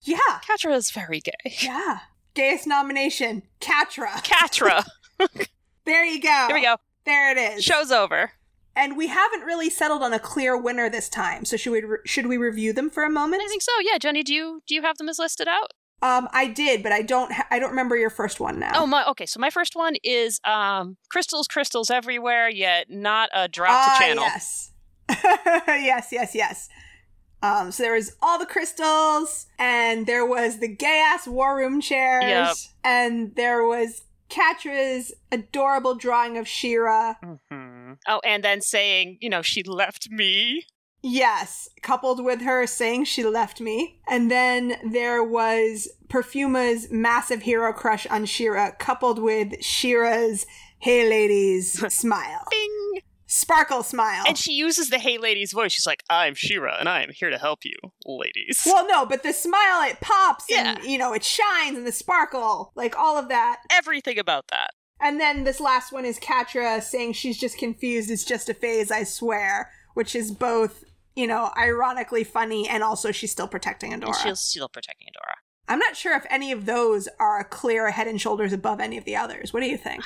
S2: yeah.
S1: Catra is very gay.
S2: Yeah. Gayest nomination, Katra.
S1: Catra. *laughs*
S2: there you go.
S1: There we go.
S2: There it is.
S1: Show's over.
S2: and we haven't really settled on a clear winner this time. So should we re- should we review them for a moment?
S1: I think so. Yeah, Jenny, do you do you have them as listed out?
S2: Um, I did, but I don't ha- I don't remember your first one now.
S1: Oh my. Okay, so my first one is um, crystals, crystals everywhere, yet not a drop
S2: Ah,
S1: to channel.
S2: Yes. *laughs* yes, yes, yes. Um, so there was all the crystals, and there was the gay ass war room chairs,
S1: Yep.
S2: and there was Katra's adorable drawing of Shira.
S1: hmm Oh, and then saying, you know, she left me.
S2: Yes, coupled with her saying she left me. And then there was Perfuma's massive hero crush on Shira, coupled with Shira's
S1: *laughs*
S2: hey ladies smile.
S1: Bing.
S2: Sparkle smile.
S1: And she uses the hey ladies voice. She's like, I'm Shira and I am here to help you, ladies.
S2: well, no, but the smile, it pops and, you know, it shines and the sparkle, like all of that.
S1: Everything about that.
S2: And then this last one is Katra saying she's just confused. It's just a phase, I swear, which is both, you know, ironically funny and also she's still protecting Adora.
S1: And she's still protecting Adora.
S2: I'm not sure if any of those are a clear head and shoulders above any of the others. What do you think?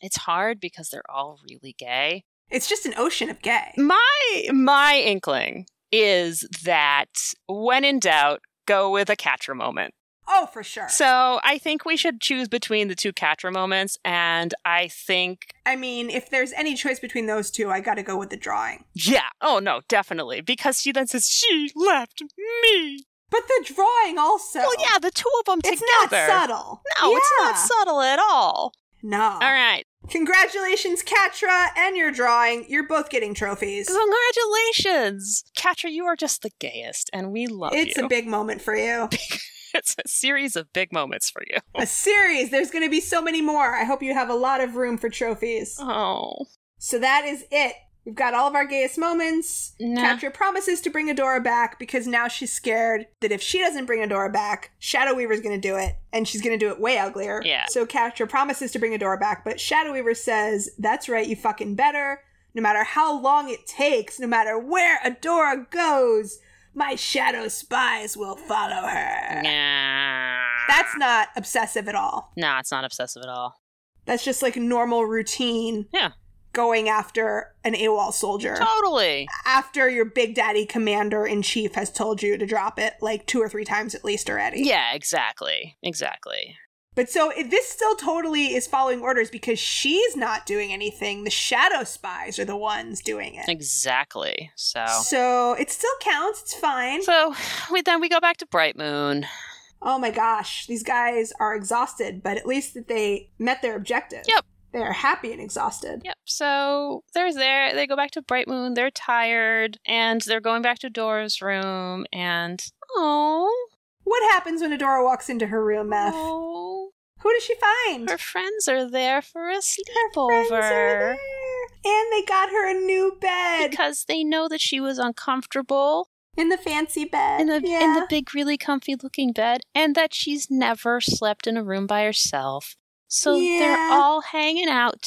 S1: It's hard because they're all really gay.
S2: It's just an ocean of gay.
S1: My my inkling is that when in doubt, go with a Catra moment.
S2: Oh, for sure.
S1: So I think we should choose between the two Catra moments, and I think
S2: I mean, if there's any choice between those two, I gotta go with the drawing.
S1: yeah, oh no, definitely. Because she then says, She left me.
S2: But the drawing also.
S1: Well, yeah, the two of them
S2: It's
S1: together.
S2: not subtle.
S1: No, it's
S2: Yeah.
S1: not subtle at all.
S2: No.
S1: All right.
S2: Congratulations, Katra, and your drawing. You're both getting trophies.
S1: Congratulations! Katra, you are just the gayest, and we love
S2: It's
S1: you.
S2: a big moment for
S1: *laughs*
S2: you.
S1: it's a series of big moments for you.
S2: a series. There's going to be so many more. I hope you have a lot of room for trophies.
S1: Oh.
S2: So that is it. We've got all of our gayest moments.
S1: Nah.
S2: Katra promises to bring Adora back because now she's scared that if she doesn't bring Adora back, Shadow Weaver's going to do it, and she's going to do it way uglier.
S1: Yeah.
S2: So Katra promises to bring Adora back, but Shadow Weaver says, "That's right, you fucking better. No matter how long it takes, no matter where Adora goes, my shadow spies will follow her."
S1: Nah.
S2: That's not obsessive at all.
S1: Nah, it's not obsessive at all.
S2: That's just like normal routine.
S1: Yeah.
S2: Going after an AWOL soldier.
S1: Totally.
S2: After your big daddy commander in chief has told you to drop it like two or three times at least already.
S1: Yeah, exactly. Exactly.
S2: But so it- this still totally is following orders because she's not doing anything. The shadow spies are the ones doing it.
S1: Exactly. So.
S2: So it still counts. It's fine.
S1: So we then we go back to Bright Moon.
S2: Oh my gosh, these guys are exhausted, but at least that they met their objective.
S1: Yep.
S2: They are happy and exhausted.
S1: Yep. So they're there. They go back to Bright Moon. They're tired, and they're going back to Dora's room. And oh,
S2: What happens when Adora walks into her room, F?
S1: oh,
S2: Who does she find?
S1: her friends are there for a
S2: friends are
S1: sleepover
S2: there. And they got her a new bed.
S1: because they know that she was uncomfortable
S2: in the fancy bed.
S1: in the
S2: yeah.
S1: in the big, really comfy looking bed, and that she's never slept in a room by herself. So
S2: Yeah.
S1: they're all hanging out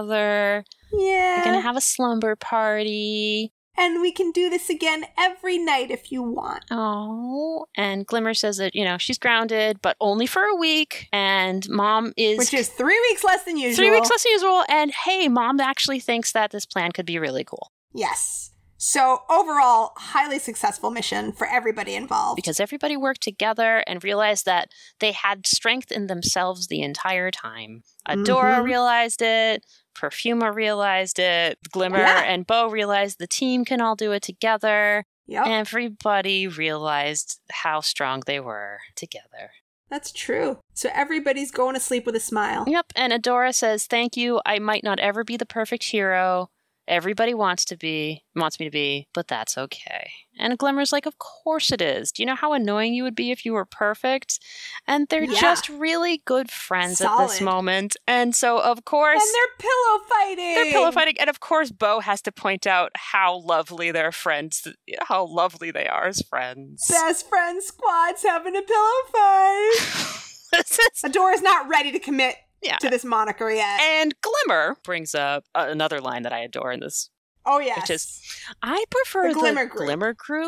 S1: together. They're
S2: yeah.
S1: gonna have a slumber party.
S2: and we can do this again every night if you want.
S1: Oh, and Glimmer says that, you know, she's grounded, but only for a week. And mom is,
S2: Which is three weeks less than usual.
S1: three weeks less than usual. And hey, mom actually thinks that this plan could be really cool
S2: Yes. So overall, highly successful mission for everybody involved.
S1: because everybody worked together and realized that they had strength in themselves the entire time. Adora
S2: Mhm.
S1: realized it. Perfuma realized it. Glimmer
S2: Yeah.
S1: and Bo realized the team can all do it together.
S2: yep,
S1: Everybody realized how strong they were together.
S2: that's true. So everybody's going to sleep with a smile.
S1: Yep, and Adora says, "Thank you. I might not ever be the perfect hero. Everybody wants to be, wants me to be, but that's okay." And Glimmer's like, "Of course it is. Do you know how annoying you would be if you were perfect?" And they're
S2: Yeah.
S1: just really good friends at this
S2: Solid.
S1: moment. And so, of course,
S2: And they're pillow fighting.
S1: they're pillow fighting, and of course, Bo has to point out how lovely their friends, how lovely they are as friends.
S2: Best friend squad's having a pillow fight.
S1: *laughs* This is-
S2: Adora's not ready to commit
S1: yeah.
S2: to this moniker yet.
S1: And Glimmer brings up uh, another line that I adore in this
S2: Oh yes.
S1: which is- I prefer
S2: The
S1: the
S2: Glimmer
S1: Glimmer
S2: Group.
S1: Group.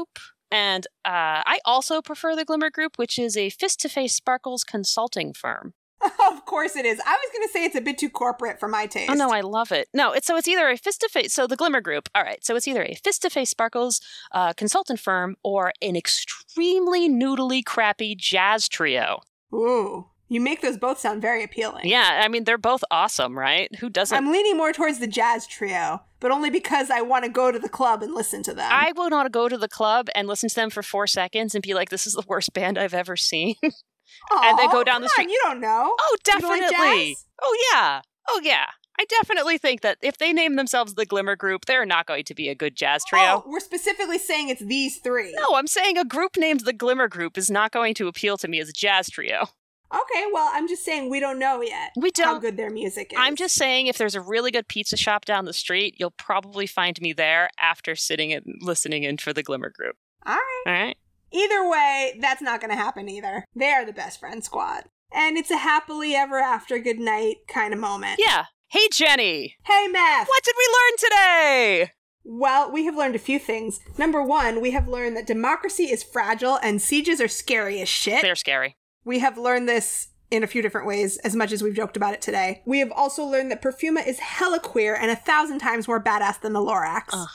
S1: And uh, I also prefer the Glimmer Group, which is a fist to face sparkles consulting firm.
S2: *laughs* of course it is. I was gonna say it's a bit too corporate for my taste.
S1: Oh no, I love it. No, it's so it's either a fist to face. So the Glimmer Group. All right. So it's either a fist to face sparkles uh, consultant firm or an extremely noodly crappy jazz trio.
S2: Ooh. You make those both sound very appealing.
S1: Yeah, I mean they're both awesome, right? Who doesn't?
S2: I'm leaning more towards the jazz trio, but only because I want to go to the club and listen to them.
S1: I would not go to the club and listen to them for four seconds and be like, "This is the worst band I've ever seen." and they
S2: Aw,
S1: go down the
S2: come on,
S1: street-
S2: you don't know.
S1: *laughs* Oh,
S2: You don't
S1: definitely.
S2: like jazz?
S1: Oh, yeah. Oh, yeah. I definitely think that if they name themselves the Glimmer Group, they're not going to be a good jazz trio.
S2: Oh, we're specifically saying it's these three.
S1: No, I'm saying a group named the Glimmer Group is not going to appeal to me as a jazz trio.
S2: Okay, well, I'm just saying we don't know yet
S1: We
S2: how
S1: don't.
S2: good their music is.
S1: I'm just saying if there's a really good pizza shop down the street, you'll probably find me there after sitting and listening in for the Glimmer Group.
S2: All right.
S1: All right.
S2: Either way, that's not going to happen either. They are the best friend squad. And it's a happily ever after good night kind of moment.
S1: Yeah. Hey, Jenny.
S2: Hey, Meth.
S1: What did we learn today?
S2: Well, we have learned a few things. Number one, we have learned that democracy is fragile and sieges are scary as shit.
S1: They're scary.
S2: We have learned this in a few different ways, as much as we've joked about it today. We have also learned that Perfuma is hella queer and a thousand times more badass than the Lorax.
S1: Ugh.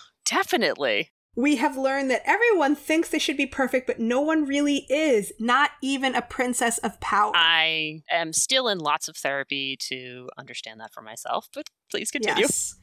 S1: Definitely.
S2: We have learned that everyone thinks they should be perfect, but no one really is, not even a princess of power.
S1: I am still in lots of therapy to understand that for myself, but please continue.
S2: Yes.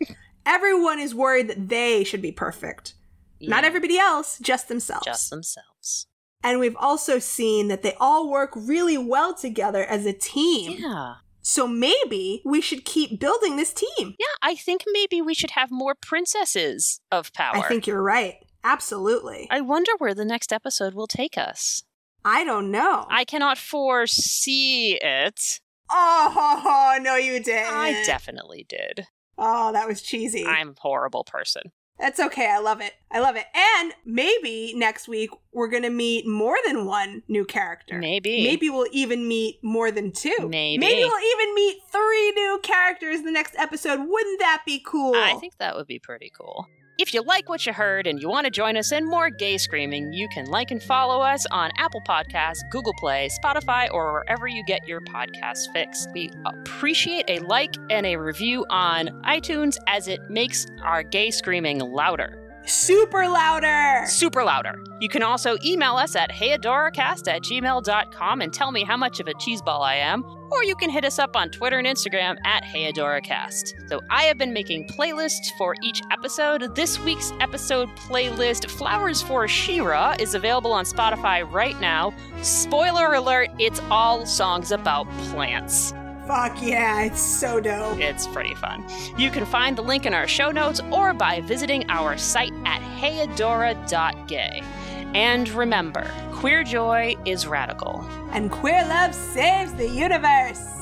S2: Everyone is worried that they should be perfect. Not
S1: Yeah,
S2: everybody else, just themselves.
S1: just themselves.
S2: And we've also seen that they all work really well together as a team.
S1: Yeah.
S2: So maybe we should keep building this team.
S1: Yeah, I think maybe we should have more princesses of power.
S2: I think you're right. Absolutely.
S1: I wonder where the next episode will take us.
S2: I don't know.
S1: I cannot foresee it.
S2: Oh *laughs* no, you did.
S1: I definitely did.
S2: Oh, that was cheesy.
S1: I'm a horrible person.
S2: That's okay. I love it. I love it. And maybe next week we're going to meet more than one new character.
S1: Maybe.
S2: Maybe we'll even meet more than two.
S1: Maybe.
S2: Maybe we'll even meet three new characters in the next episode. Wouldn't that be cool?
S1: I think that would be pretty cool. If you like what you heard and you want to join us in more gay screaming, you can like and follow us on Apple Podcasts, Google Play, Spotify, or wherever you get your podcast fix. We appreciate a like and a review on iTunes as it makes our gay screaming louder.
S2: Super louder.
S1: Super louder. You can also email us at heyadoracast at gmail.com and tell me how much of a cheeseball I am, or you can hit us up on Twitter and Instagram at HeyAdoraCast. So I have been making playlists for each episode. This week's episode playlist, Flowers for Shira, is available on Spotify right now. Spoiler alert, it's all songs about plants.
S2: Fuck yeah, it's so dope.
S1: It's pretty fun. You can find the link in our show notes or by visiting our site at heyadora.gay. And remember, queer joy is radical.
S2: And queer love saves the universe.